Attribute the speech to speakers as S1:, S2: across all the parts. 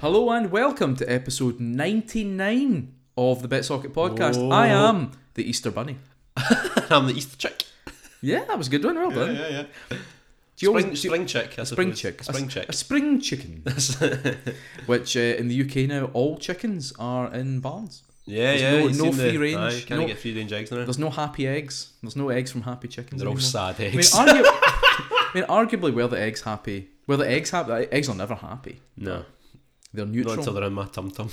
S1: Hello and welcome to episode 99 of the BitSocket podcast. I am the Easter Bunny.
S2: I'm the Easter chick.
S1: Yeah, that was a good one. Well done.
S2: yeah, yeah.
S1: Do you
S2: spring,
S1: always-
S2: spring chick. I
S1: spring
S2: suppose.
S1: chick.
S2: Spring
S1: a,
S2: chick.
S1: A spring chicken. Which uh, in the UK now, all chickens are in barns.
S2: yeah,
S1: There's
S2: yeah.
S1: no-
S2: you've
S1: no
S2: seen
S1: free
S2: the,
S1: range,
S2: Aye, can't
S1: no-
S2: get free range eggs now.
S1: There's no happy eggs. There's no eggs from happy chickens.
S2: They're all
S1: anymore.
S2: sad
S1: I mean,
S2: eggs.
S1: argu- I mean, arguably, were the eggs happy? Were the eggs happy? Eggs are never happy.
S2: no,
S1: They're
S2: not
S1: neutral.
S2: until they're in my tum tum.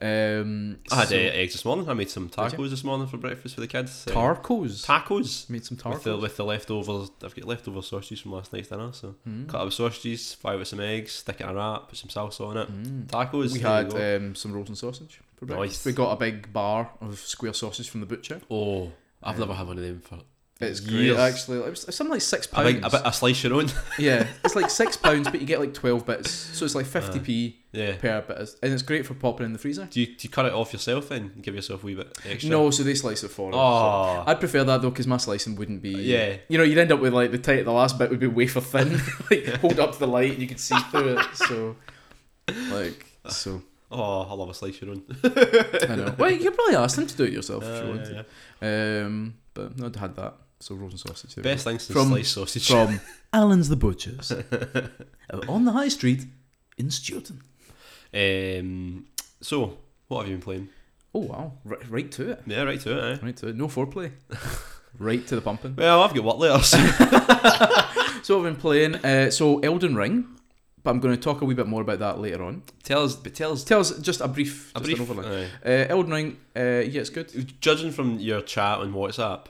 S1: um,
S2: I had
S1: so-
S2: uh, eggs this morning. I made some
S1: you?
S2: tacos this morning for breakfast for the kids. Uh,
S1: tarcos.
S2: tacos.
S1: Made some tarcos.
S2: With the, with the leftovers, I've got leftover sausages from last night's dinner. So
S1: Hmm.
S2: cut up sausages, fry with some eggs, stick it in a wrap, put some salsa on it.
S1: Mm.
S2: Tacos.
S1: Hmm. We
S2: there you
S1: had
S2: go.
S1: um, some rolls and sausage for breakfast.
S2: Nice.
S1: We got a big bar of square sausage from the butcher.
S2: oh, I've
S1: uh,
S2: never had one of them for.
S1: It's great,
S2: years.
S1: actually. It was something like six
S2: A,
S1: pounds.
S2: big, a bit a slice your own.
S1: yeah, it's like six pounds, but you get like twelve bits, so it's like fifty p
S2: Uh, yeah.
S1: per bit, and it's great for popping in the freezer.
S2: Do you, do you cut it off yourself then? And give yourself a wee bit extra.
S1: No, so they slice it for us.
S2: Oh.
S1: I'd prefer that though, because my slicing wouldn't be.
S2: Yeah.
S1: You know, you'd end up with like the tight, the last bit would be wafer thin. like hold up to the light, and you could see through it. So, like, so
S2: Oh, I love a slice your own.
S1: I know. Well, you could probably ask them to do it yourself if you
S2: Uh,
S1: wanted.
S2: yeah.
S1: Um, but no, I'd had that. So rolls and sausage. there we
S2: Best things to
S1: From-
S2: slice sausage.
S1: from Alan's the Butchers Uh, on the high street in Sturton.
S2: Um, so, what have you been playing?
S1: Oh wow, right, right to it,
S2: Yeah, right to it, eh?
S1: right to it. No foreplay, right to the pumping.
S2: Well, I've got what letters.
S1: So I've been playing. Uh, so Elden Ring, but I'm going to talk a wee bit more about that later on.
S2: tell us, but tell us
S1: Tell us just a brief,
S2: a
S1: just
S2: brief.
S1: an overline.
S2: aye.
S1: Uh, Elden Ring, uh, yeah, it's good. Mm-hmm.
S2: Judging from your chat on WhatsApp,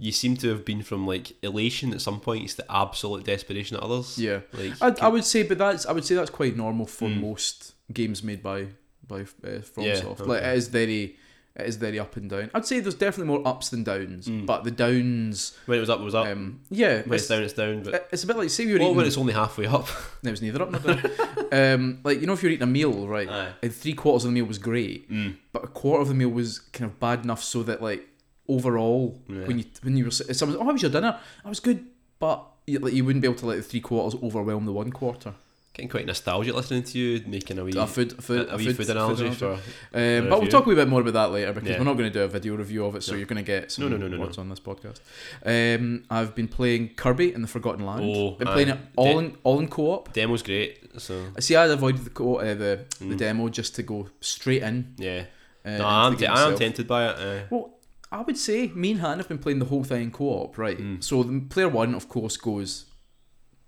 S2: you seem to have been from like elation at some points to absolute desperation at others.
S1: Yeah,
S2: Like,
S1: I, I would say, but that's I would say that's quite normal for most games made by by uh, FromSoft.
S2: Hmm. Yeah,
S1: Like
S2: okay.
S1: it is very. It is very up and down. I'd say there's definitely more ups than downs, but the downs,
S2: when it was up, it was Hmm. up.
S1: um, yeah,
S2: when it's down, it's down. But
S1: It's a bit like say you're
S2: well,
S1: eating.
S2: when it's only halfway up.
S1: No, it was neither up nor down. um, like you know, if you're eating a meal, right,
S2: Aye. Mm,
S1: and three quarters of the meal was great, but a quarter of the meal was kind of bad enough so that like overall,
S2: Yeah.
S1: when you when you were s- someone, oh, how was your dinner? I was good, but you, like you wouldn't be able to let the three quarters overwhelm the one quarter.
S2: Getting quite nostalgic listening to you making a wee
S1: A food, food,
S2: a wee food, analogy for
S1: Um, but we'll
S2: review.
S1: talk a wee bit more about that later because
S2: Yeah.
S1: we're not going to do a video review of it, so
S2: No.
S1: you're going to get some
S2: no, no, no, no.
S1: words on this podcast. Um, I've been playing Kirby in the Forgotten Land.
S2: Oh,
S1: been
S2: aye.
S1: playing it all
S2: De-
S1: in all in co-op.
S2: demo's great. So
S1: I See, I'd avoided the co- uh, the, the
S2: Mm.
S1: demo just to go straight in.
S2: yeah,
S1: Uh,
S2: no, I'm,
S1: into the
S2: t-
S1: game
S2: I'm
S1: itself.
S2: tempted by it. eh.
S1: Well, I would say me and Han have been playing the whole thing in co-op, right?
S2: Mm.
S1: So the player one, of course, goes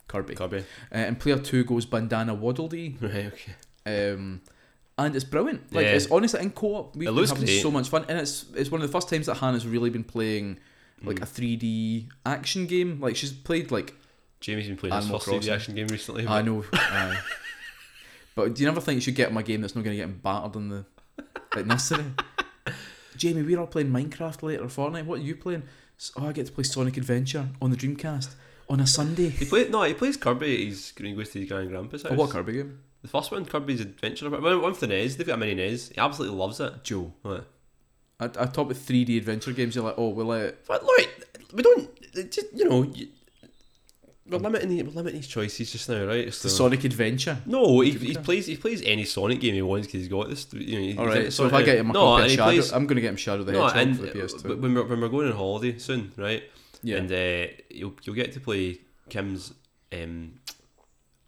S1: Kirby,
S2: Kirby.
S1: Uh, and player two goes Bandana Waddledee,
S2: Right, okay.
S1: um, and it's brilliant. Like
S2: Yeah.
S1: it's honestly in co-op, we've
S2: It
S1: been
S2: looks
S1: having
S2: great.
S1: so much fun, and it's it's one of the first times that Han has really been playing
S2: Mm.
S1: like a 3D action game. Like she's played like
S2: Jamie's been playing his
S1: Animal
S2: first 3D
S1: Crossing.
S2: action game recently.
S1: I
S2: but-
S1: know. aye. but do you never think you should get him a game that's not going to get him battered in the like nursery? Jamie, we're all playing Minecraft later or Fortnite. What are you playing? "S- Oh, I get to play Sonic Adventure on the Dreamcast on a Sunday.
S2: He play, no, he plays Kirby. He's going to go to his grand grandpa's house.
S1: Oh, what Kirby game?
S2: The first one, Kirby's Adventure. But One one for the NES. They've got a mini NES. He absolutely loves it.
S1: Joe.
S2: What?
S1: I, I talk with 3D adventure games. You're like, oh, we'll let it.
S2: But look, we don't. it Just, you know, you, we're limiting we're limiting his choices just now, right?
S1: Um, It's a
S2: So.
S1: Sonic Adventure.
S2: no, he, he plays he plays any Sonic game he wants because he's got this. You know, he's
S1: All
S2: into
S1: right. So if
S2: Sonic
S1: I
S2: now.
S1: get him a
S2: no,
S1: copy
S2: and
S1: of
S2: he
S1: Shadow,
S2: plays
S1: I'm going to get him Shadow the
S2: no,
S1: Hedgehog
S2: and
S1: for the PS2.
S2: but when we're when we're going on holiday soon, right? And uh, you'll you'll get to play Kim's. Um,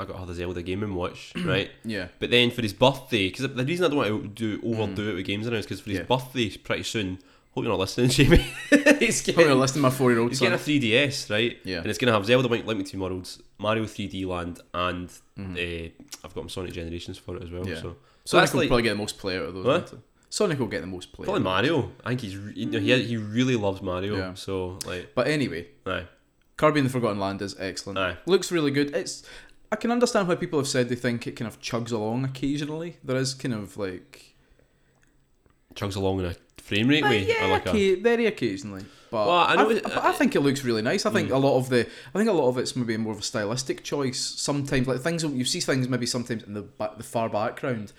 S2: I got her the Zelda Game and Watch, right?
S1: yeah.
S2: But then for his birthday, because the reason I don't want to do overdo it with games now is because for his
S1: Mm. Yeah.
S2: birthday pretty soon. Hope you're not listening, Jamie. he's
S1: Oh, you're
S2: getting,
S1: listening to my four year old
S2: he's
S1: son.
S2: getting a 3DS, right?
S1: Yeah.
S2: And it's gonna have Zelda Link, Link Between Worlds, Mario 3D Land, and uh, I've got Sonic Generations for it as well.
S1: Mm-hmm. Yeah.
S2: So
S1: Sonic
S2: that's
S1: will
S2: like-
S1: probably get the most play out of those.
S2: What?
S1: won't he? Sonic will get the most play.
S2: probably Mario. I think he's re- you know, he he really loves Mario.
S1: Yeah.
S2: So like,
S1: But anyway,
S2: aye,
S1: Kirby and the Forgotten Land is excellent.
S2: Aye.
S1: Looks really good. It's I can understand why people have said they think it kind of chugs along occasionally. There is kind of like
S2: chugs along in a frame rate way.
S1: yeah,
S2: I like a,
S1: okay, very occasionally. But
S2: Well,
S1: I,
S2: I know
S1: th-
S2: it- Mm.
S1: but I think it looks really nice. I think a lot of the I think a lot of it's maybe more of a stylistic choice. Sometimes like things you see things maybe sometimes in the ba- the far background.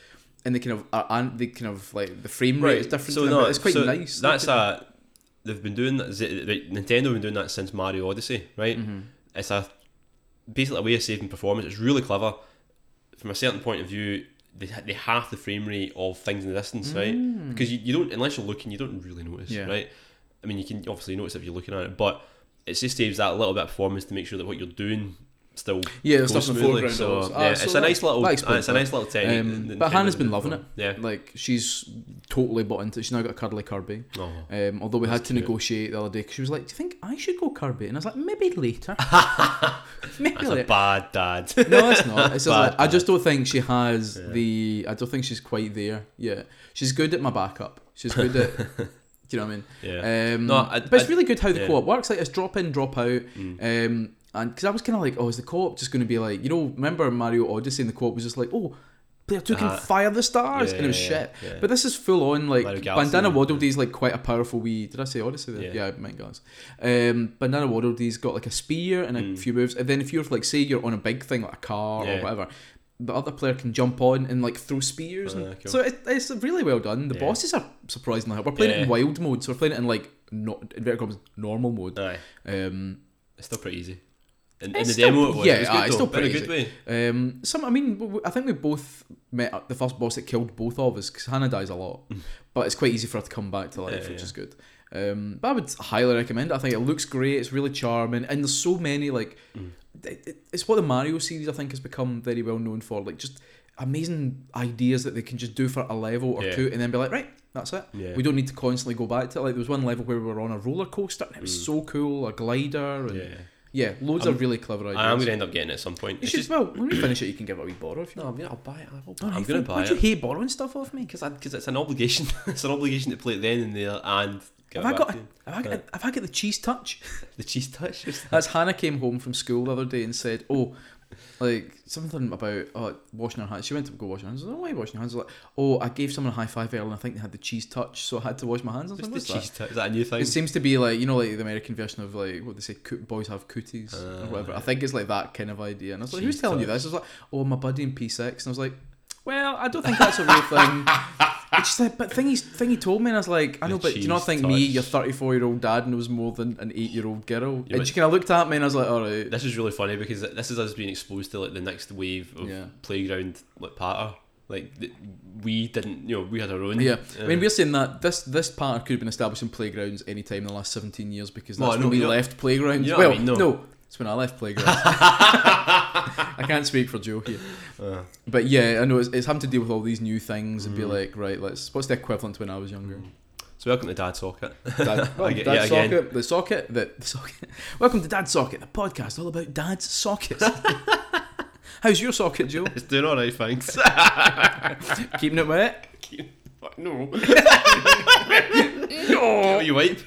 S1: And they kind of are, and they kind of like the frame rate is different. to them, but it's quite
S2: so
S1: nice.
S2: That's a they've been doing that. z- right, Nintendo have been doing that since
S1: Mm. Mm-hmm.
S2: Mario Odyssey, right? It's a basically a way of saving performance. It's really clever. from a certain point of view, they, ha- they half the frame rate of things in the distance, right? Because you, you don't, unless you're looking, you don't really notice,
S1: Mm. Yeah.
S2: right? I mean, you can obviously notice if you're looking at it, but it just saves that little bit of performance to make sure that what you're doing still
S1: Yeah, there's
S2: goes
S1: stuff in the
S2: smoothly.
S1: foreground.
S2: So,
S1: always. Ah,
S2: yeah,
S1: so
S2: it's a
S1: that-
S2: nice little,
S1: that
S2: uh,
S1: explains
S2: it's a
S1: that.
S2: nice little technique.
S1: Um,
S2: that
S1: but
S2: Nintendo's
S1: Hannah's been
S2: done.
S1: loving it.
S2: Yeah.
S1: Like she's totally bought into. it. She's now got a cuddly Kirby.
S2: Oh.
S1: Um, although we had
S2: That's
S1: to
S2: cute.
S1: negotiate the other day because she was like, "Do you think I should go Kirby?" And I was like, "Maybe later. Maybe
S2: That's a
S1: later."
S2: bad dad.
S1: no, it's not. It's just
S2: Bad
S1: like, I just don't think she has the. I don't think she's quite there yet. She's good at my backup. She's good at. do you know what I mean?
S2: yeah.
S1: Um,
S2: No, I-
S1: but it's
S2: I-
S1: really good how the
S2: yeah. Mm.
S1: co-op works. Like it's drop in, drop out. Um, and because I was kind of like, oh, is the co-op just going to be like, you know, remember Mario Odyssey and the co-op was just like, oh, player two
S2: Ah.
S1: can fire the stars,
S2: Yeah,
S1: and it was
S2: yeah,
S1: shit.
S2: yeah.
S1: But this is full on like
S2: Mario Galaxy,
S1: Bandana
S2: yeah.
S1: Waddle Dee's like quite a powerful wee. Did I say Odyssey? There?
S2: Yeah.
S1: Yeah, I meant Galaxy. Um, Bandana Waddle Dee's got like a spear and a few moves, and then if you're like, say, you're on a big thing like a car
S2: Mm. Yeah.
S1: or whatever. The other player can jump on and like throw spears, and
S2: Ah, cool.
S1: so it, it's really well done. The
S2: Yeah.
S1: bosses are surprisingly hard. We're playing it
S2: Yeah.
S1: in wild mode, so we're playing it in like not inverted commas normal mode.
S2: Aye.
S1: Um,
S2: It's still pretty easy. In, in
S1: It's
S2: the
S1: still-
S2: demo, it was.
S1: yeah,
S2: it was
S1: aye,
S2: good,
S1: it's
S2: though,
S1: still pretty
S2: in a good eh? way.
S1: um, some I mean, w- w- I think we both met up the first boss that killed both of us because Hannah dies a lot, but it's quite easy for her to come back to life,
S2: Mm. Yeah,
S1: which
S2: yeah.
S1: is good. Um, but I would highly recommend it. I think it looks great. It's really charming, and there's so many like,
S2: Mm.
S1: it, it- it's what the Mario series I think has become very well known for, like just amazing ideas that they can just do for a level or
S2: Yeah.
S1: two, and then be like, right, that's it.
S2: Yeah.
S1: We don't need to constantly go back to it. Like there was one level where we were on a roller coaster, and it was so cool, a glider, and yeah,
S2: Mm. Yeah.
S1: loads of really clever ideas.
S2: I am going to end up getting it at some point.
S1: You
S2: It's
S1: should,
S2: just,
S1: well, when we finish it, you can give it a wee borrow if you Oh,
S2: no, I'm going to buy it. I'll buy it.
S1: want.
S2: I'm going to buy
S1: Would you
S2: it.
S1: hate borrowing stuff off me?
S2: Because because it's an obligation. it's an obligation to play it then and there and get
S1: Have I
S2: back
S1: got,
S2: to you.
S1: have I, got, have I got the cheese touch?
S2: the cheese touch. Just,
S1: As Hannah came home from school the other day and said, oh, like something about uh, washing her hands. She went to go wash her hands. I was like, why are you washing your hands? I was like, oh, I gave someone a high five earlier and I think they had the cheese touch, so I had to wash my hands. I was like,
S2: just the
S1: "What's that?"
S2: cheese touch. Is that a new thing?
S1: It seems to be like you know, like the American version of like what they say, "Coo- boys have cooties
S2: Uh,
S1: or whatever. I think it's like that kind of idea. And I was like,
S2: Jeez,
S1: who's telling you this? I was like, oh, my buddy in P6. And I was like, well, I don't think that's a real thing. And she's like, but thing he, thing he told me, and I was like, I
S2: The
S1: know, but do you not
S2: cheese
S1: think me,
S2: touch.
S1: your 34 year old dad, knows more than an 8 year old girl?
S2: Yeah,
S1: and
S2: but-
S1: she kind of looked at me and I was like, all right.
S2: This is really funny because this is us being exposed to like the next wave of
S1: Yeah.
S2: playground like patter. Like th- we didn't, you know, we had our own.
S1: Yeah, I mean,
S2: Uh,
S1: we're saying that this this pattern could have been established in playgrounds any time in the last 17 years because that's
S2: Well, no,
S1: when we
S2: you know-
S1: left playgrounds.
S2: you know what I
S1: well,
S2: mean, no.
S1: no. it's when I left playgrounds. I can't speak for Joe here.
S2: Uh,
S1: But yeah, I know it's, it's having to deal with all these new things and be
S2: Mm.
S1: like, right, let's. What's the equivalent to when I was younger?
S2: so welcome to Dad Socket.
S1: Dad,
S2: I
S1: well, Dad
S2: get- Mm. yeah, again.
S1: socket, the socket, the, the socket. Welcome to Dad Socket, the podcast all about dad's sockets. How's your socket, Joe?
S2: it's doing all right, thanks.
S1: Keeping it wet?
S2: no,
S1: No.
S2: you wipe.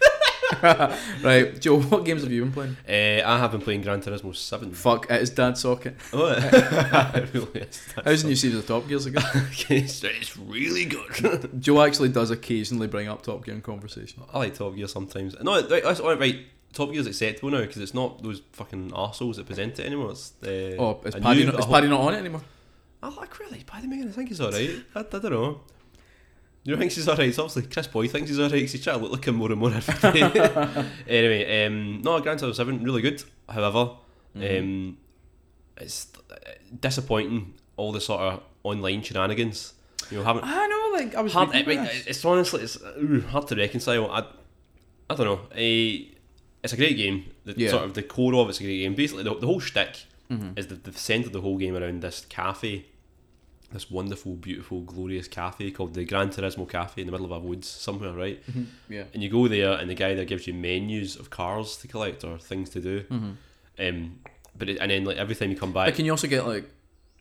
S1: Right, Joe. What games have you been playing?
S2: Uh, I have been playing Gran Turismo Seven.
S1: Fuck, it is Dad Socket.
S2: Oh, it really is.
S1: How's the new season of Top Gears again?
S2: it's, it's really good.
S1: Joe actually does occasionally bring up Top Gear in conversation.
S2: I like Top Gear sometimes. No, right, that's all right. Top Gear's acceptable now because it's not those fucking arseholes that present it anymore. It's, uh,
S1: Oh, is
S2: a
S1: Paddy,
S2: new-
S1: not,
S2: a
S1: is
S2: whole-
S1: Paddy not on it anymore?
S2: I like really Paddy Megan. I think he's alright. I, I don't know. You think she's alright? Obviously, Chris Boy thinks he's alright. 'cause He's trying to look like him more and more every day. anyway, um, no, Grand Theft Seven really good. However, um, it's uh, disappointing. All the sort of online shenanigans. You know, haven't
S1: I know, like I was.
S2: hard.
S1: reading
S2: I mean,
S1: this.
S2: it's honestly it's uh, ooh, hard to reconcile. I, I don't know. I, it's a great game. The
S1: Yeah.
S2: sort of the core of it's a great game. Basically, the, the whole shtick is the, the centre of the whole game around this cafe, this wonderful, beautiful, glorious cafe called the Gran Turismo Cafe in the middle of a woods somewhere, right?
S1: Mm-hmm. yeah.
S2: And you go there, and the guy there gives you menus of cars to collect or things to do. Um, but it, and then like every time you come back,
S1: But can you also get like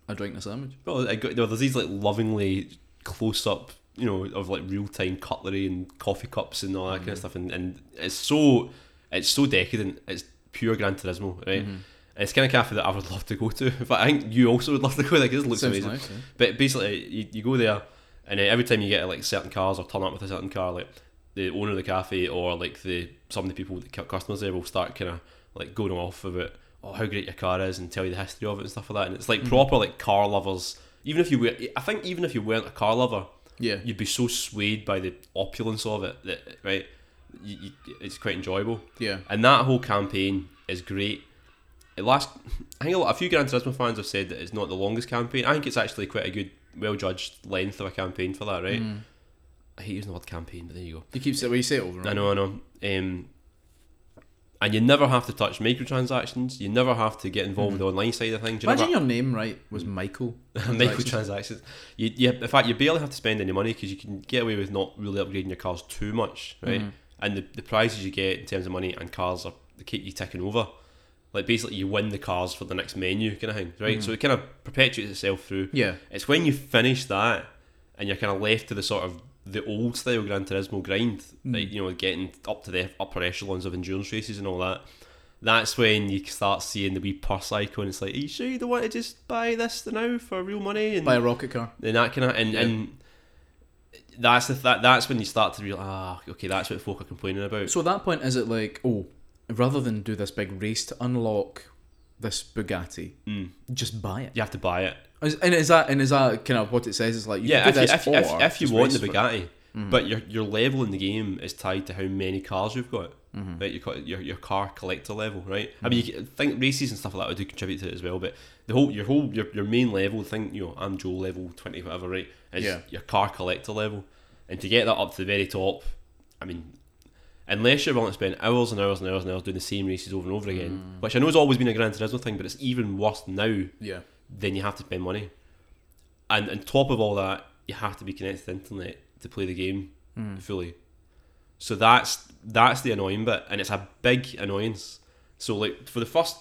S1: a drink and a sandwich?
S2: well, I got, there- there's these like lovingly close up, you know, of like real time cutlery and coffee cups and all that kind of stuff, and, and it's so it's so decadent. It's pure Gran Turismo,
S1: Mm-hmm.
S2: right? And it's kind of cafe that I would love to go to. In fact, I think you also would love to go. Like, it just looks
S1: Sounds
S2: amazing.
S1: nice, yeah.
S2: But basically, you, you go there, and then every time you get like certain cars or turn up with a certain car, like the owner of the cafe or like the some of the people, the cu- customers there will start kind of like going off about oh how great your car is and tell you the history of it and stuff like that. And it's like proper like car lovers. Even if you were, I think even if you weren't a car lover,
S1: Yeah.
S2: you'd be so swayed by the opulence of it that right, you, you, it's quite enjoyable.
S1: Yeah.
S2: And that whole campaign is great. It It last, I think a, lot, a few Gran Turismo fans have said that it's not the longest campaign. I think it's actually quite a good, well judged length of a campaign for that,
S1: Mm.
S2: right? I hate using the word campaign, but there Mm. you go.
S1: You keep saying well, you say it over. and
S2: I
S1: over.
S2: know, I know. Um, and you never have to touch microtransactions. You never have to get involved with the online side of things. You
S1: Imagine
S2: never,
S1: your name right was Michael.
S2: microtransactions. You, you, in fact, you barely have to spend any money because you can get away with not really upgrading your cars too much,
S1: Mm-hmm.
S2: right? And the, the prizes you get in terms of money and cars are they keep you ticking over. Like basically, you win the cars for the next menu kind of thing, right? So it kind of perpetuates itself through.
S1: Yeah.
S2: It's when you finish that and you're kind of left to the sort of the old style Gran Turismo grind, like you know, getting up to the upper echelons of endurance races and all that. That's when you start seeing the wee purse icon. It's like, are you sure you don't want to just buy this now for real money? And
S1: Buy a rocket car.
S2: and that kind of and and that's the that that's when you start to realize ah okay that's what folk are complaining about
S1: So at that point, is it like, oh, rather than do this big race to unlock this Bugatti,
S2: Mm.
S1: just buy it?
S2: you have to buy it
S1: Is- And is that and is that kind of what it says? Is like you
S2: yeah
S1: can
S2: if
S1: do
S2: you,
S1: this
S2: if, you-
S1: or
S2: if, if you
S1: just
S2: want
S1: race
S2: the
S1: for it. Mm-hmm.
S2: Bugatti but your your level in the game is tied to how many cars you've got
S1: Mm-hmm.
S2: right your, co- your your car collector level right I mean you c- think races and stuff like that do contribute to it as well but the whole your whole your, your main level thing you know I'm Joe level twenty whatever right is
S1: Yeah.
S2: your car collector level and to get that up to the very top I mean unless you're willing to spend hours and hours and hours and hours doing the same races over and over again,
S1: Mm.
S2: which I know has always been a Gran Turismo thing, but it's even worse now.
S1: Yeah.
S2: Then you have to spend money, and on top of all that, you have to be connected to the internet to play the game fully. So that's that's the annoying bit, and it's a big annoyance. So like for the first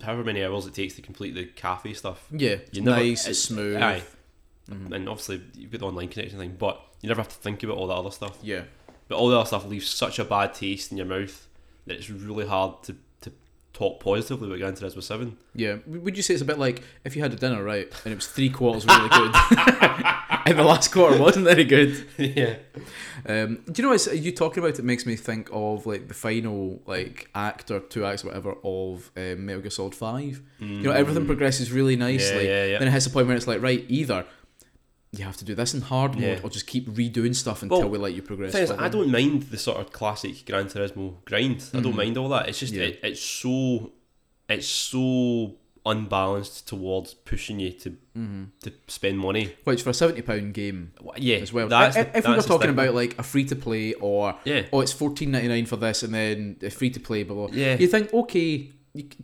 S2: however many hours it takes to complete the cafe stuff,
S1: Yeah.
S2: You never-
S1: nice. It's smooth.
S2: aye, and obviously you've got the online connection thing, but you never have to think about all that other stuff.
S1: Yeah.
S2: But all the other stuff leaves such a bad taste in your mouth that it's really hard to, to talk positively about Gran Turismo 7.
S1: Yeah. W- Would you say it's a bit like if you had a dinner right and it was three quarters really good, and the last quarter wasn't very good?
S2: yeah.
S1: Um, do you know what you talking about? It makes me think of like the final like act or two acts, or whatever, of um, Metal Gear Solid Five.
S2: Mm.
S1: You know, everything progresses really nicely.
S2: yeah, yeah.
S1: Then it hits a point where it's like, right, either you have to do this in hard mode,
S2: Yeah.
S1: or just keep redoing stuff until
S2: Well,
S1: we let you progress.
S2: thing is,
S1: further.
S2: I don't mind the sort of classic Gran Turismo grind. I don't mind all that. It's just
S1: Yeah.
S2: it, it's so it's so unbalanced towards pushing you to to spend money.
S1: Which for a seventy pound game
S2: Wha- Yeah,
S1: as well.
S2: That's
S1: if
S2: the-
S1: if we were
S2: that's the
S1: talking
S2: thing.
S1: about like a free to play or
S2: Yeah.
S1: oh, it's fourteen ninety nine for this, and then free to play, blah blah.
S2: Yeah.
S1: You think okay. you-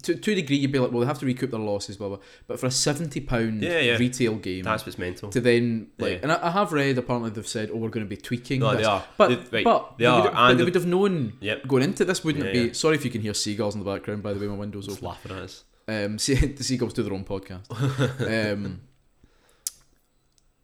S1: To, to a degree, you'd be like, well, they have to recoup their losses, blah blah. But for a seventy pound
S2: Yeah, yeah.
S1: retail game,
S2: that's what's mental.
S1: to then like
S2: Yeah.
S1: and I, I have read apparently they've said oh we're going to be tweaking
S2: No, they
S1: this.
S2: are.
S1: but
S2: They've- right,
S1: but
S2: they
S1: they,
S2: are,
S1: would, but
S2: and
S1: they
S2: the-
S1: would have known
S2: Yep.
S1: going into this wouldn't it
S2: Yeah,
S1: be
S2: yeah.
S1: sorry if you can hear seagulls in the background by the way my window's
S2: Just
S1: open
S2: laughing at us.
S1: um see, the seagulls do their own podcast um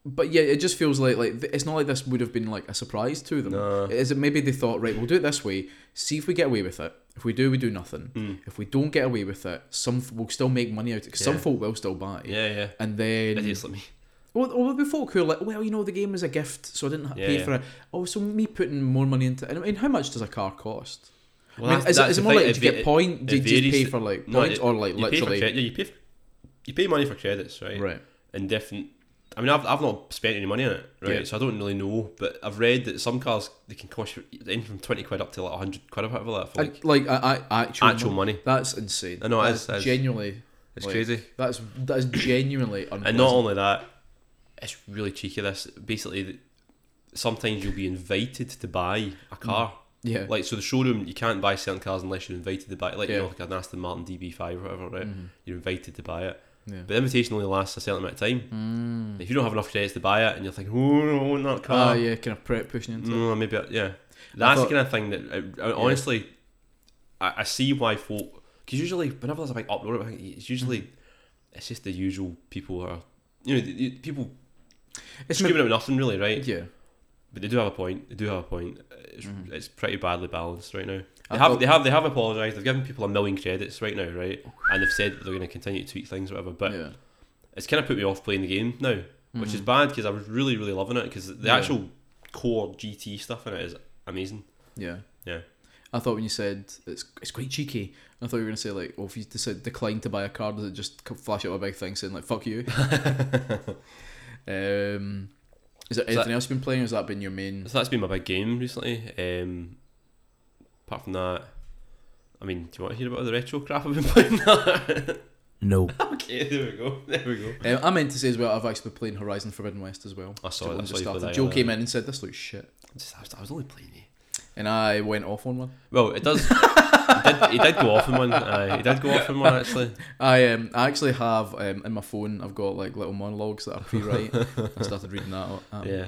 S1: But yeah, it just feels like like th- it's not like this would have been like a surprise to them.
S2: No.
S1: Is it maybe they thought right, we'll do it this way, see if we get away with it. If we do, we do nothing.
S2: Mm.
S1: If we don't get away with it, some f- will still make money out of it 'cause some
S2: Yeah.
S1: folk will still buy.
S2: Yeah, yeah.
S1: And then
S2: Idiots like me.
S1: well, well, there'll be folk who are like, well, you know, the game is a gift, so I didn't ha-
S2: Yeah,
S1: pay
S2: yeah.
S1: for it. Oh, so me putting more money into it. I mean, how much does a car cost?
S2: Well,
S1: I mean,
S2: that's-
S1: is, it-
S2: that's
S1: is it
S2: the
S1: more
S2: thing,
S1: like, do you
S2: it
S1: get
S2: va-
S1: point? Do,
S2: it
S1: do you
S2: varies
S1: pay
S2: to-
S1: for like
S2: No,
S1: points
S2: it-
S1: or like
S2: you
S1: literally?
S2: Pay for cre- yeah, you pay. For, you pay money for credits, right?
S1: right.
S2: And different. I mean, I've, I've not spent any money on it, right?
S1: Yeah.
S2: So I don't really know. But I've read that some cars they can cost you anything from twenty quid up to like hundred quid or whatever like that for
S1: And,
S2: like
S1: like, I, I, actual,
S2: actual
S1: money.
S2: money.
S1: That's insane.
S2: I know, it
S1: That
S2: is-
S1: is
S2: that is-
S1: genuinely.
S2: It's
S1: like,
S2: crazy.
S1: That's that is genuinely unpleasant.
S2: And not only that, it's really cheeky. This basically, th- sometimes you'll be invited to buy a car.
S1: Mm. yeah.
S2: Like so, the showroom you can't buy certain cars unless you're invited to buy. Like
S1: Yeah. Mm.
S2: you know, like an Aston Martin DB5 or whatever, right? You're invited to buy it.
S1: Mm-hmm. Yeah.
S2: But the invitation only lasts a certain amount of time. If you don't have enough credits to buy it, and you're thinking, "Oh, I want that
S1: Mm. Ah,
S2: car,"
S1: yeah, kind of pre- pushing into it.
S2: Mm, maybe I- yeah. That's
S1: thought-
S2: the kind of thing that I, I, honestly, I, I see why folk. Because usually, whenever there's a big uproar, about it, it's usually
S1: Mm.
S2: it's just the usual people are. You know, the, the people
S1: It's
S2: screaming about nothing really, right?
S1: Yeah.
S2: But they do have a point. They do have a point. It's, it's pretty badly balanced right now. They
S1: Mm-hmm. I
S2: have,
S1: thought- Oh.
S2: they have, they have apologised. They've given people a million credits right now, right? And they've said that they're going to continue to tweak things, or whatever. But
S1: yeah. Mm-hmm.
S2: it's kind of put me off playing the game now, which is bad because I was really, really loving it because the
S1: Yeah.
S2: actual core GT stuff in it is amazing.
S1: Yeah.
S2: Yeah.
S1: I thought when you said it's it's quite cheeky, I thought you were gonna say like, oh, if you decide decline to buy a car, does it just co- flash up a big thing saying like "fuck you"? um, is there anything
S2: that-
S1: else you've been playing? or Has that been your main?
S2: So that's been my big game recently. Um, apart from that, I mean, do you want to hear about the retro crap I've been playing?
S1: No.
S2: okay, there we go. There we go.
S1: Um, I meant to say as well, I've actually been playing Horizon Forbidden West as well.
S2: I saw it,
S1: When
S2: I
S1: it
S2: saw you
S1: started.
S2: play that,
S1: Joe
S2: yeah.
S1: came in and said, this looks shit.
S2: I was, I was only playing you.
S1: And I went off on one.
S2: Well, it does. he, did, he did go off in one. Aye, he did go off in one actually.
S1: I um, I actually have um, in my phone. I've got like little monologues that I pre-write. I started reading that. Out. Um,
S2: yeah.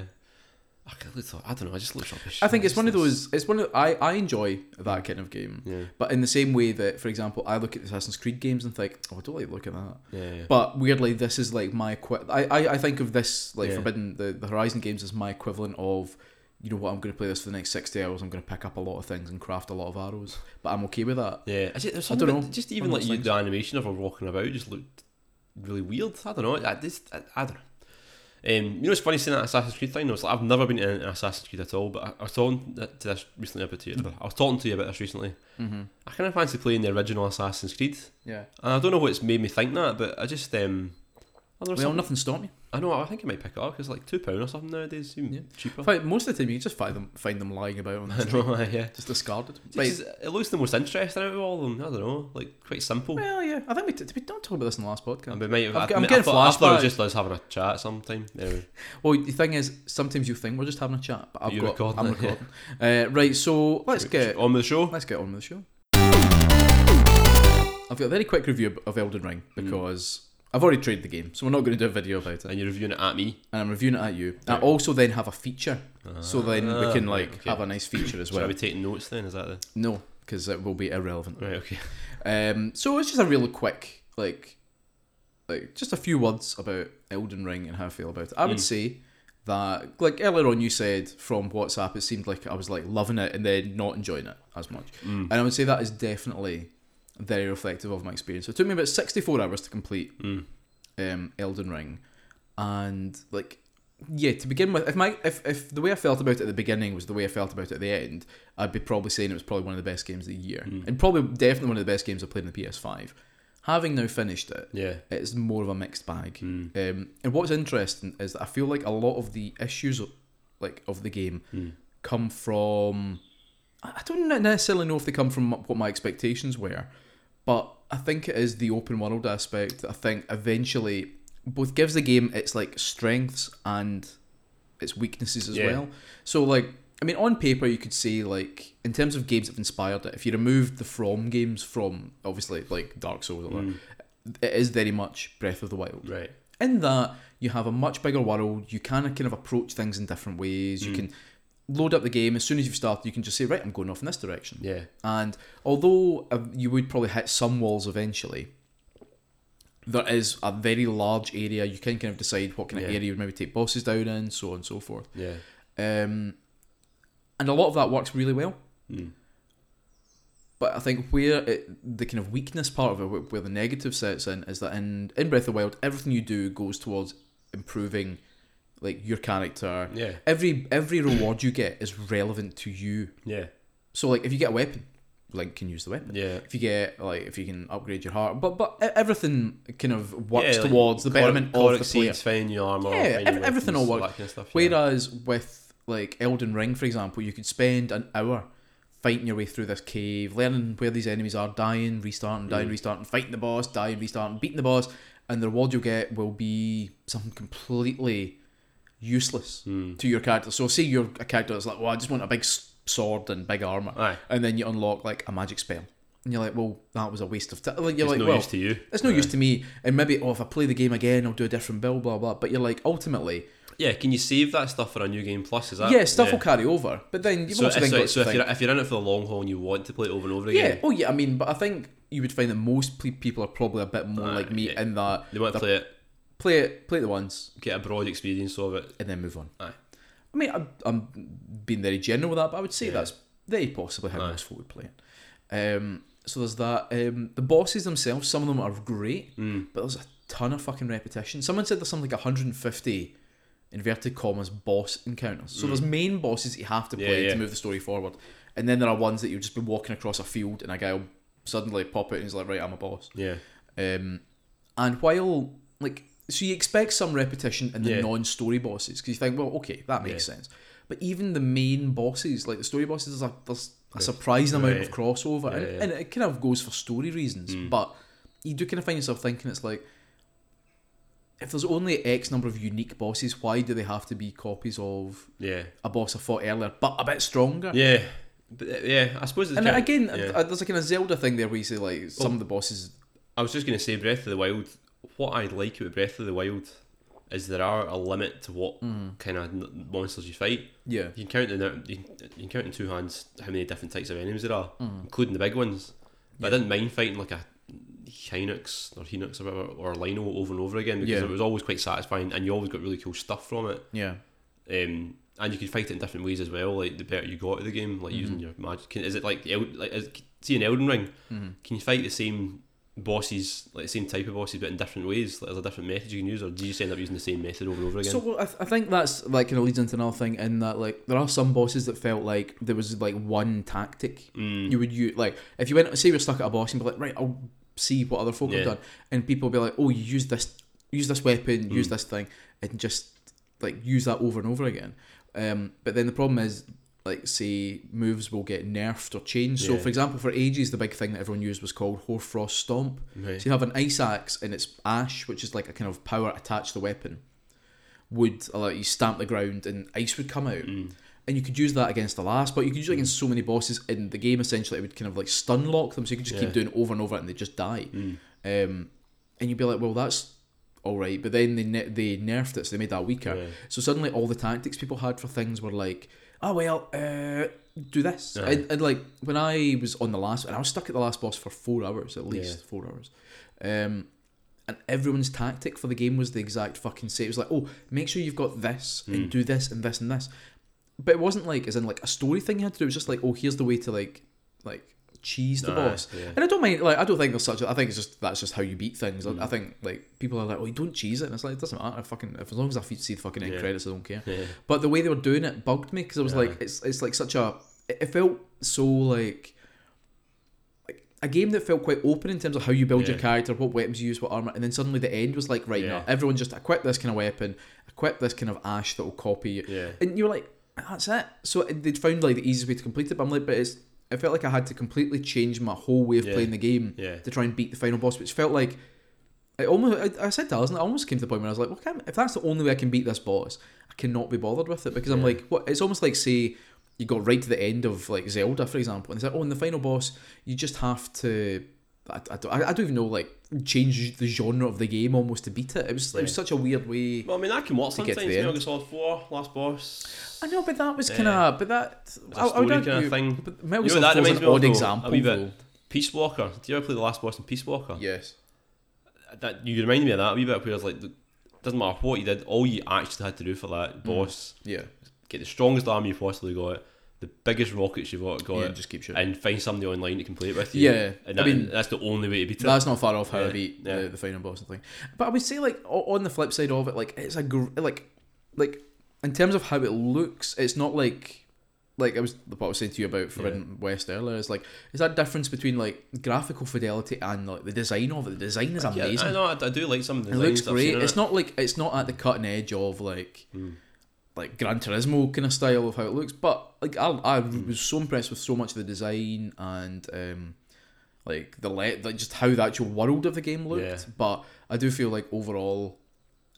S2: I, could look- I don't know. I just look rubbish.
S1: I think it's one of
S2: It's-
S1: those. It's one of I, I enjoy that kind of game,
S2: Yeah.
S1: but in the same way that, for example, I look at Assassin's Creed games and think, oh, I don't like looking at that.
S2: Yeah. yeah.
S1: But weirdly, this is like my equi- I, I I think of this like
S2: Yeah.
S1: Forbidden the, the Horizon games as my equivalent of, you know what, I'm going to play this for the next sixty hours. I'm going to pick up a lot of things and craft a lot of arrows, but I'm okay with that.
S2: Yeah, I just, there's
S1: I
S2: something
S1: dunno.
S2: about- just even
S1: One
S2: like
S1: of those
S2: you,
S1: things.
S2: the animation of her walking about just looked really weird. I don't know. I just I, I don't know. Um, you know, it's funny seeing that Assassin's Creed thing. I was like, I've never been in an Assassin's Creed at all, but I, I was talking to this recently about you. I was talking to you about this recently.
S1: Mm-hmm.
S2: I kind of fancy playing the original Assassin's Creed,
S1: Yeah.
S2: and I don't know what's made me think that, but I just um, I, don't know,
S1: Well,
S2: some-
S1: nothing stopped me.
S2: I know. I think I might pick it up. 'cause It's like two pound or something nowadays. Even
S1: Yeah.
S2: cheaper.
S1: In fact, most of the time you just find them find them lying about on the
S2: I
S1: street.
S2: know. Yeah.
S1: just discarded.
S2: It's just- it looks the most interesting out of all of them. I don't know. Like quite simple.
S1: well, yeah, I think we did. We don't talk about this in the last podcast.
S2: oh. And we might have,
S1: I'm
S2: i
S1: ge- I'm
S2: mean,
S1: getting
S2: I thought, I thought it
S1: flashbacks.
S2: was just us having a chat sometime. Anyway,
S1: Well, the thing is, sometimes you think we're just having a chat, but I've
S2: You're
S1: got.
S2: recording
S1: I'm
S2: it, yeah.
S1: recording. Uh, right, so let's get
S2: on with the show.
S1: let's get on with the show. I've got a very quick review of Elden Ring
S2: Hmm.
S1: because I've already traded the game, so we're not going to do a video about it.
S2: And you're reviewing it at me.
S1: And I'm reviewing it at you. I
S2: Yeah.
S1: also then have a feature, so then we
S2: Ah,
S1: can
S2: right,
S1: like
S2: okay.
S1: have a nice feature as
S2: So I'll
S1: well.
S2: be taking notes then, is that the
S1: No, because it will be irrelevant.
S2: Right, okay.
S1: Um, so it's just a really quick, like, like just a few words about Elden Ring and how I feel about it. I would
S2: Mm.
S1: say that, like earlier on, you said from WhatsApp, it seemed like I was like loving it and then not enjoying it as much.
S2: Mm.
S1: And I would say that is definitely very reflective of my experience. So it took me about sixty-four hours to complete
S2: Mm.
S1: um, Elden Ring, and like yeah, to begin with, if my if, if the way I felt about it at the beginning was the way I felt about it at the end, I'd be probably saying it was probably one of the best games of the year,
S2: Mm.
S1: and probably definitely one of the best games I played on the PS5. Having now finished it,
S2: Yeah.
S1: it's more of a mixed bag.
S2: Mm.
S1: Um, and what's interesting is that I feel like a lot of the issues, of, like of the game,
S2: Mm.
S1: come from. I I don't necessarily know if they come from what my expectations were, but I think it is the open world aspect. that I think eventually both gives the game its like strengths and its weaknesses as
S2: Yeah.
S1: well. So like, I mean, on paper you could say like, in terms of games that have inspired it, if you removed the From games from obviously like Dark Souls, or
S2: Mm.
S1: it is very much Breath of the Wild
S2: Right.
S1: in that you have a much bigger world you can kind of approach things in different ways
S2: Mm.
S1: you can load up the game as soon as you've started you can just say right i'm going off in this direction
S2: Yeah.
S1: and although uh, you would probably hit some walls eventually there is a very large area you can kind of decide what kind of
S2: Yeah.
S1: area you would maybe take bosses down in so on and so forth
S2: Yeah.
S1: um, and a lot of that works really well
S2: Mm.
S1: but I think where it, the kind of weakness part of it, where- where the negative sets in, is that in, in Breath of the Wild, everything you do goes towards improving, like your character.
S2: Yeah.
S1: Every every reward you get is relevant to you.
S2: Yeah.
S1: So like, if you get a weapon, Link can use the weapon.
S2: Yeah.
S1: If you get like, if you can upgrade your heart, but but e- everything kind of works
S2: Yeah, like,
S1: towards the betterment
S2: Cor-
S1: of the player.
S2: Corexes, finding your armor.
S1: Yeah,
S2: finding
S1: ev-
S2: weapons,
S1: everything all works.
S2: That kind of stuff. yeah.
S1: Whereas with like Elden Ring, for example, you could spend an hour fighting your way through this cave, learning where these enemies are, dying, restarting, dying,
S2: Mm.
S1: restarting, fighting the boss, dying, restarting, beating the boss, and the reward you'll get will be something completely useless
S2: Mm.
S1: to your character. So, say you're a character that's like, well, I just want a big s- sword and big armor,
S2: Aye.
S1: and then you unlock like a magic spell, and you're like, well, that was a waste of time. Like, you're
S2: It's
S1: like,
S2: no
S1: well,
S2: use to you.
S1: it's no use to me, and maybe oh, if I play the game again, I'll do a different build, blah blah. But you're like, ultimately,
S2: Yeah. Can you save that stuff for a new game plus? Is that?
S1: yeah, stuff will carry over. But then you've
S2: So,
S1: also
S2: so,
S1: then
S2: so,
S1: got to
S2: if
S1: think,
S2: you're if you're in it for the long haul and you want to play it over and over
S1: yeah,
S2: again,
S1: oh yeah. I mean, but I think you would find that most pe- people are probably a bit more
S2: Ah,
S1: like me
S2: yeah.
S1: in that
S2: they want to play it,
S1: play it, play it once,
S2: get a broad experience of it.
S1: and then move on.
S2: Aye.
S1: I mean, I'm, I'm being very general with that, but I would say
S2: Yeah.
S1: that's very possibly how
S2: Aye.
S1: most folk would play it. Um, so there's that. Um, the bosses themselves, some of them are great,
S2: Mm.
S1: but there's a ton of fucking repetition. Someone said there's something like 150 inverted commas boss encounters. So there's main bosses that you have to
S2: Mm. Yeah,
S1: play
S2: yeah.
S1: to move the story forward, and then there are ones that you'll just be walking across a field and a guy will suddenly pop out and he's like, "Right, I'm a boss."
S2: Yeah.
S1: Um, and while like, so you expect some repetition in the
S2: Yeah.
S1: non-story bosses because you think, "Well, okay, that makes sense." But even the main bosses, like the story bosses, there's, a, there's a surprising amount of
S2: Right.
S1: crossover, and,
S2: Yeah, Hmm. yeah.
S1: and it kind of goes for story reasons, but you do kind of find yourself thinking it's like, if there's only X number of unique bosses, why do they have to be copies of
S2: Yeah.
S1: a boss I fought earlier, but a bit stronger?
S2: Yeah. But, uh, yeah, I suppose it's
S1: Ah. And
S2: kind of-
S1: again,
S2: yeah.
S1: uh, there's a kind of Zelda thing there where you say like some of the bosses.
S2: I was just going to say Breath of the Wild. What I like about Breath of the Wild is there are a limit to what kind of n- monsters you fight.
S1: mm, Yeah,
S2: You can count in the- you can- you can count in two hands how many different types of enemies there are,
S1: mm,
S2: including the big ones. But I didn't mind fighting like a Hinox or Hinox or whatever or Lino over and over again because
S1: Yeah.
S2: it was always quite satisfying and you always got really cool stuff from it.
S1: yeah,
S2: Um, and you could fight it in different ways as well. Like the better you got at the game,
S1: Mm-hmm.
S2: like using your magic. Can, is it like El- like is, see in Elden Ring?
S1: mm-hmm.
S2: Can you fight the same bosses, like the same type of bosses, but in different ways? Like, is there different methods you can use, or do you just end up using the same method over and over again?
S1: So well, I, th- I think that's like kind of leads into another thing in that like there are some bosses that felt like there was like one tactic
S2: Mm.
S1: you would use. Like if you went say you're stuck at a boss and be like right, I'll see what other folk
S2: Yeah.
S1: have done, and people be like, oh, you use this, use this weapon, use
S2: Mm.
S1: this thing, and just like use that over and over again. Um, but then the problem is like say moves will get nerfed or changed. So
S2: Yeah.
S1: for example, for ages the big thing that everyone used was called Hoarfrost Stomp.
S2: Right.
S1: So you have an ice axe and it's ash, which is like a kind of power attached to the weapon would allow you stamp the ground and ice would come out.
S2: Mm.
S1: And you could use that against the last, but you could use it against so many bosses in the game. Essentially, it would kind of like stun lock them, so you could just
S2: Yeah. Mm.
S1: keep doing it over and over, and they just die. Um, and you'd be like, "Well, that's all right," but then they ne- they nerfed it, so they made that weaker.
S2: Yeah.
S1: So suddenly, all the tactics people had for things were like, "Oh well, uh, do this."
S2: Yeah.
S1: And, and like when I was on the last, and I was stuck at the last boss for four hours at least, four hours. Um, and everyone's tactic for the game was the exact fucking same. It was like, oh, make sure you've got this
S2: Hmm.
S1: and do this and this and this. But it wasn't like as in like a story thing you had to do. It was just like, oh, here's the way to like like cheese the
S2: Aye,
S1: boss.
S2: yeah.
S1: And I don't mind like I don't think there's such. A, I think it's just that's just how you beat things. I I
S2: Mm.
S1: think like people are like, oh, you don't cheese it, and it's like it doesn't matter. Fucking if, as long as I see the fucking end
S2: Yeah.
S1: credits, I don't care.
S2: Yeah.
S1: But the way they were doing it bugged me because I was
S2: Aye.
S1: like, it's it's like such a. It it felt so like. like A game that felt quite open in terms of how you build your
S2: Yeah.
S1: character, what weapons you use, what armor, and then suddenly the end was like, right
S2: Yeah.
S1: now, everyone just equip this kind of weapon, equip this kind of ash that will copy you,
S2: Yeah.
S1: and you were like, that's it. So they'd found like the easiest way to complete it, but I'm like, but it's, I felt like I had to completely change my whole way of
S2: Yeah.
S1: playing the game
S2: Yeah.
S1: to try and beat the final boss, which felt like I almost, I, I said to Alison, I almost came to the point where I was like, well, can't, if that's the only way I can beat this boss, I cannot be bothered with it because I'm like, what? It's almost like say you got right to the end of like Zelda, for example, and it's like, oh, in the final boss, you just have to. I, I, don't, I don't even know, like, change the genre of the game almost to beat it. It was, it was
S2: Yeah.
S1: such a weird way.
S2: Well, I mean, that can work
S1: To get
S2: sometimes.
S1: to the
S2: Metal
S1: end.
S2: Gear Solid Four, last boss.
S1: I know, but that was kind of. But that.
S2: a story kinda thing.
S1: But Metal
S2: You
S1: Gear Solid
S2: know what that
S1: 4 is
S2: reminds
S1: an
S2: me of?
S1: odd
S2: though?
S1: example.
S2: A wee bit.
S1: though.
S2: Peace Walker. Do you ever play the last boss in Peace Walker?
S1: Yes.
S2: That you reminded me of that a wee bit. Where I was like, look, doesn't matter what you did, all you actually had to do for
S1: Mm.
S2: that boss
S1: Yeah.
S2: get the strongest arm you possibly got, the biggest rockets you've got, got
S1: Yeah, just keep shooting.
S2: and find somebody online that can play it with you.
S1: Yeah.
S2: and
S1: I
S2: that,
S1: mean-
S2: that's the only way to beat it.
S1: That's not far off how
S2: Yeah,
S1: I beat
S2: yeah.
S1: the, the final boss and thing. But I would say, like, o- on the flip side of it, like, it's a. Gr- like, like, in terms of how it looks, it's not like. Like I was, what I was saying to you about Forbidden West earlier is like, is that difference between like graphical fidelity and like the design of it? The design is
S2: Yeah,
S1: amazing.
S2: I know. I, I do like some of the
S1: It
S2: design
S1: looks
S2: stuff. Hmm. seen
S1: great.
S2: in
S1: It's
S2: it.
S1: not like it's not at the cutting edge of like like Gran Turismo kind of style of how it looks, but like I, I
S2: Hmm.
S1: was so impressed with so much of the design and um like the let like just how the actual world of the game looked.
S2: Yeah.
S1: But I do feel like overall.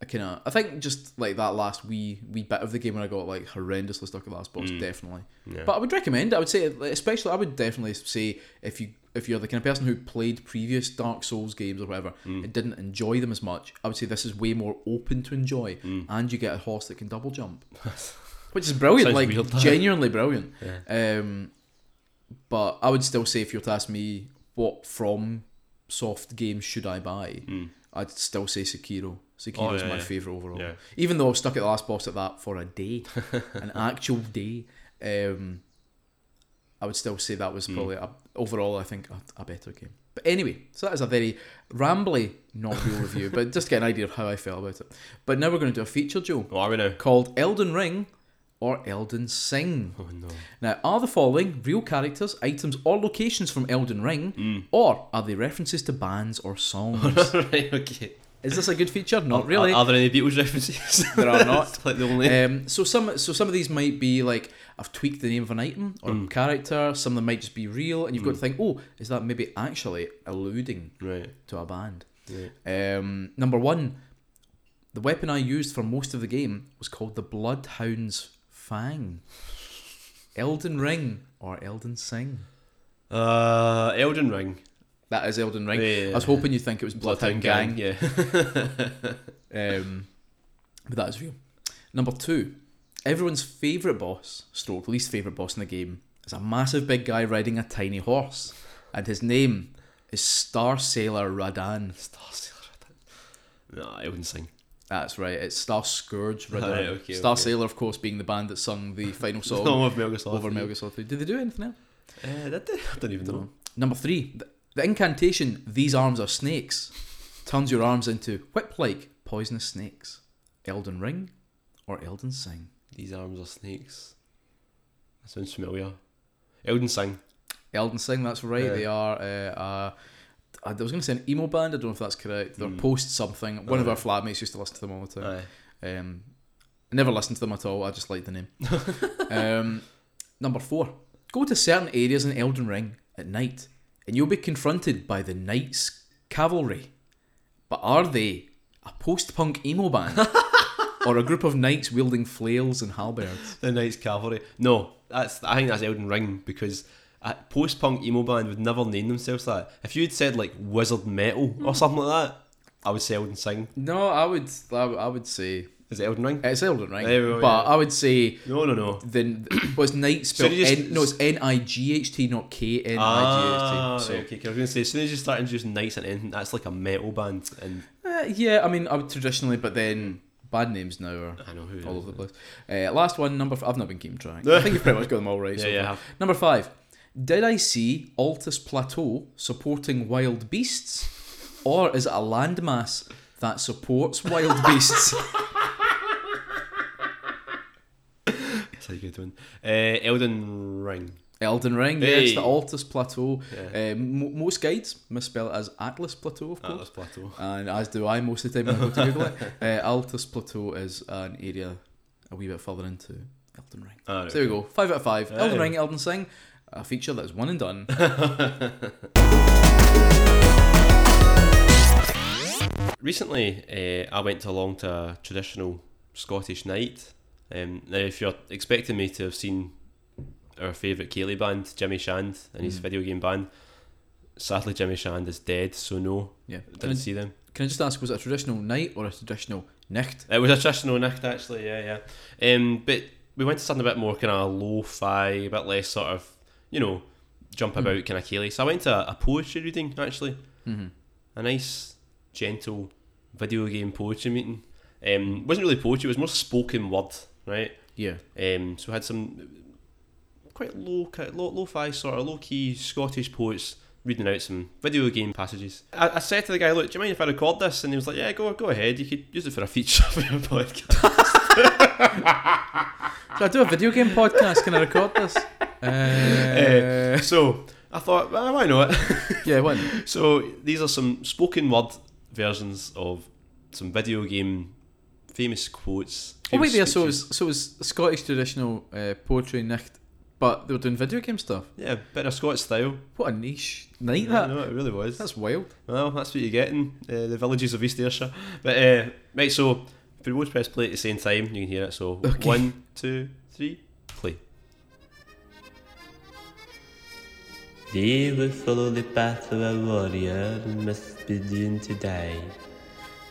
S1: I kind of, I think just like that last wee wee bit of the game when I got like horrendously stuck at the last boss,
S2: Hmm.
S1: definitely.
S2: Yeah.
S1: But I would recommend. it. I would say, especially, I would definitely say if you if you're the kind of person who played previous Dark Souls games or whatever
S2: Mm.
S1: and didn't enjoy them as much, I would say this is way more open to enjoy,
S2: Mm.
S1: and you get a horse that can double jump, which is brilliant.
S2: Sounds
S1: like
S2: weird, doesn't it?
S1: genuinely brilliant. Um, but I would still say if you were to ask me what from soft games should I buy, I'd still say Sekiro. Sekiro is
S2: Mm. Oh, yeah,
S1: my
S2: yeah.
S1: favourite overall.
S2: Yeah.
S1: Even though I was stuck at the last boss at that for a day, an actual day, um, I would still say that was probably a, overall, I think, a, a better game. But anyway, so that is a very rambly, not real review, but just get an idea of how I felt about it. But now we're going to do a feature, Joe,
S2: What are we now?
S1: called Elden Ring or Elden Sing.
S2: Oh no.
S1: Now, are the following real characters, items, or Hmm. locations from Elden Ring, or are they references to bands or songs?
S2: right. Okay.
S1: Is this a good feature? Not
S2: Are-
S1: really.
S2: Are, there any Beatles references?
S1: There are not.
S2: It's like the only.
S1: Um, so some so some of these might be like I've tweaked the name of an item or a character. Some of them might just be real, and you've got to think, oh, is that maybe actually alluding
S2: right.
S1: to a band?
S2: Yeah.
S1: Um, number one, the weapon I used for most of the game was called the Bloodhound's Fang. Elden Ring or Elden Sing.
S2: Uh, Elden Ring.
S1: That is Elden Ring.
S2: Yeah.
S1: I was hoping you'd think it was Bloodhound, Gang.
S2: Yeah.
S1: Um, but that is real. Number two, everyone's favourite boss, stroke least favourite boss in the game, is a massive big guy riding a tiny horse, and his name is Star Sailor Radan.
S2: Star Sailor. No, Elden Sing.
S1: That's right. It's Star Scourge Radan.
S2: Right, okay,
S1: Star
S2: okay.
S1: Sailor, of course, being the band that sung the final song
S2: Song of Melgoth.
S1: over Melgasaur Three. Did they do anything else?
S2: Uh, that, I don't even know.
S1: Number three, the, the incantation "These arms are snakes" turns your arms into whip-like poisonous snakes. Elden Ring or Elden Sing.
S2: These arms are snakes. That sounds familiar. Elden Sing.
S1: Elden Sing, that's right.
S2: Yeah.
S1: They are. Uh, uh, I was going to say an emo band. I don't know if that's correct. They're post something. One of our flatmates used to listen to them all the time.
S2: Aye.
S1: Um, I never listened to them at all. I just liked the name. um, number four. Go to certain areas in Elden Ring at night, and you'll be confronted by the Knights Cavalry. But are they a post-punk emo band or a group of knights wielding flails and halberds?
S2: The Knights Cavalry. No, that's I think that's Elden Ring because a post-punk emo band would never name themselves that. If you'd said like Wizard Metal or something like that, I would say Elden Sing.
S1: No, I would. I, I would say
S2: Is it Elden Ring?
S1: it's Elden Ring,
S2: There we go,
S1: but
S2: yeah.
S1: I would say
S2: No, no, no.
S1: then was night spelled
S2: So you just-
S1: N, no it's N I G H T not K N I
S2: Ah,
S1: G
S2: right,
S1: H T.
S2: okay. 'cause I was gonna say as soon as you start introducing knights and anything, that's like a metal band, and
S1: So uh, yeah, I mean I would traditionally, but then bad names now are
S2: I know who.
S1: all over the place. Uh, last one number. F- I've not been keeping track. I think you've pretty much got them all right.
S2: Yeah,
S1: so
S2: yeah,
S1: far.
S2: I have.
S1: Number five. Did I see Altus Plateau supporting wild beasts, or is it a landmass that supports wild beasts?
S2: That's a good one. Uh, Elden Ring.
S1: Elden Ring, yeah, it's the
S2: Hey.
S1: Altus Plateau.
S2: Yeah.
S1: Uh, mo most guides misspell it as Atlas Plateau, of course.
S2: Atlas Ah, Plateau.
S1: and as do I most of the time when I go to Google it. Uh, Altus Plateau is an area a wee bit further into Elden Ring.
S2: Ah, right,
S1: so there we go, five out of five. Elden
S2: Aye.
S1: Ring, Elden Sing, a feature that's one and done.
S2: Recently, uh, I went along to a traditional Scottish night. Um, now, if you're expecting me to have seen our favourite Cayley band, Jimmy Shand, and his
S1: Mm.
S2: video game band, sadly Jimmy Shand is dead, so no,
S1: Yeah. Can I,
S2: didn't see them.
S1: can I just ask, was it a traditional night or a traditional nicht?
S2: It was a traditional night, actually, yeah, yeah. Um, but we went to something a bit more kind of lo fi, a bit less sort of, you know, jump about kind of Cayley. So I went to a, a poetry reading, actually.
S1: Mm-hmm.
S2: a nice, gentle video game poetry meeting. Um, wasn't really poetry; it was more spoken word, right?
S1: Yeah.
S2: Um, so we had some quite low, ki- low, low-fi sort of low-key Scottish poets reading out some video game passages. I, I said to the guy, "Look, do you mind if I record this?" And he was like, "Yeah, go go ahead. You could use it for a feature for your podcast."
S1: So I do a video game podcast. Can I record this?
S2: Eh.
S1: Uh,
S2: so I thought, well, why not?
S1: yeah, one.
S2: So these are some spoken word versions of some video game famous quotes.
S1: Oh wait,
S2: famous
S1: there. So it
S2: speeches.
S1: was, so it was Scottish traditional uh, poetry nicht, but they were doing video game stuff.
S2: Yeah, bit of Scots style.
S1: What a niche night
S2: Yeah,
S1: that.
S2: no, it really was.
S1: That's wild.
S2: well, that's what you get in uh, the villages of East Ayrshire. But uh, right, so if we both press play at the same time, you can hear it. So
S1: Okay.
S2: one, two, three, play.
S3: They will follow the path of a warrior and must be doomed to die,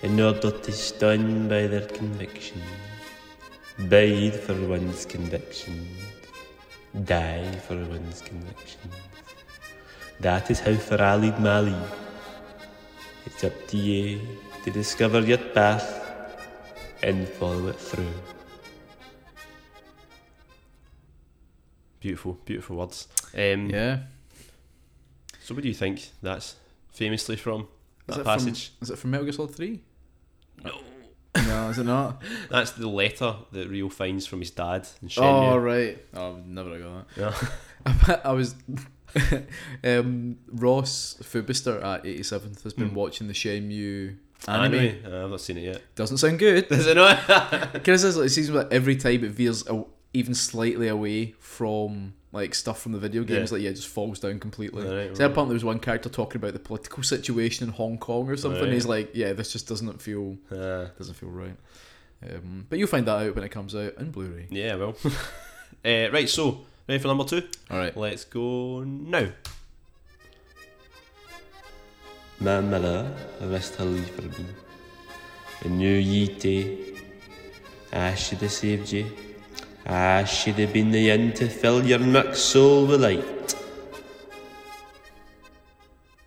S3: in order to stand by their conviction. Bide for one's conviction, die for one's conviction. That is how Faralid Mali. It's up to you to discover your path and follow it through.
S2: Beautiful, beautiful words. Um,
S1: Yeah.
S2: So what do you think that's famously from?
S1: Is
S2: That
S1: it from-
S2: passage.
S1: is it from Metal Gear Solid 3? No. No, is it not?
S2: That's the letter that Rio finds from his dad in
S1: oh,
S2: Shenmue.
S1: right. Oh, I've never got
S2: Yeah.
S1: that. I was. um, Ross Fubister at 87th has been watching the Shenmue Anime.
S2: Uh, I've not seen it yet.
S1: Doesn't sound good.
S2: Is it not?
S1: Because it's like it seems like every time it veers a, even slightly away from like stuff from the video games,
S2: Yeah.
S1: like yeah, it just falls down completely.
S2: Right, right.
S1: so apparently there was one character talking about the political situation in Hong Kong or something.
S2: Right.
S1: He's like, yeah, this just doesn't feel
S2: uh,
S1: doesn't feel right. Um, but you'll find that out when it comes out in Blu-ray.
S2: yeah, well. uh, right, so, ready for number two?
S1: All right.
S2: Let's go now.
S3: Ma mela rest her leave for me. And new ye day. I should have saved you. I should have been the end to fill your mixed soul with light.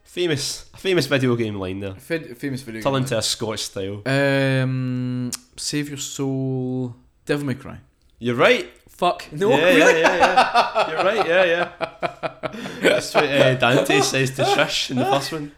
S2: Famous, a famous video game line there.
S1: Fed, famous video.
S2: Turn
S1: game.
S2: into a Scotch style.
S1: Um, Save Your Soul, Devil May Cry.
S2: You're right.
S1: Fuck. No,
S2: yeah,
S1: really?
S2: yeah, yeah, yeah. You're right. Yeah, yeah. That's what uh, Dante says to Trish in the first one.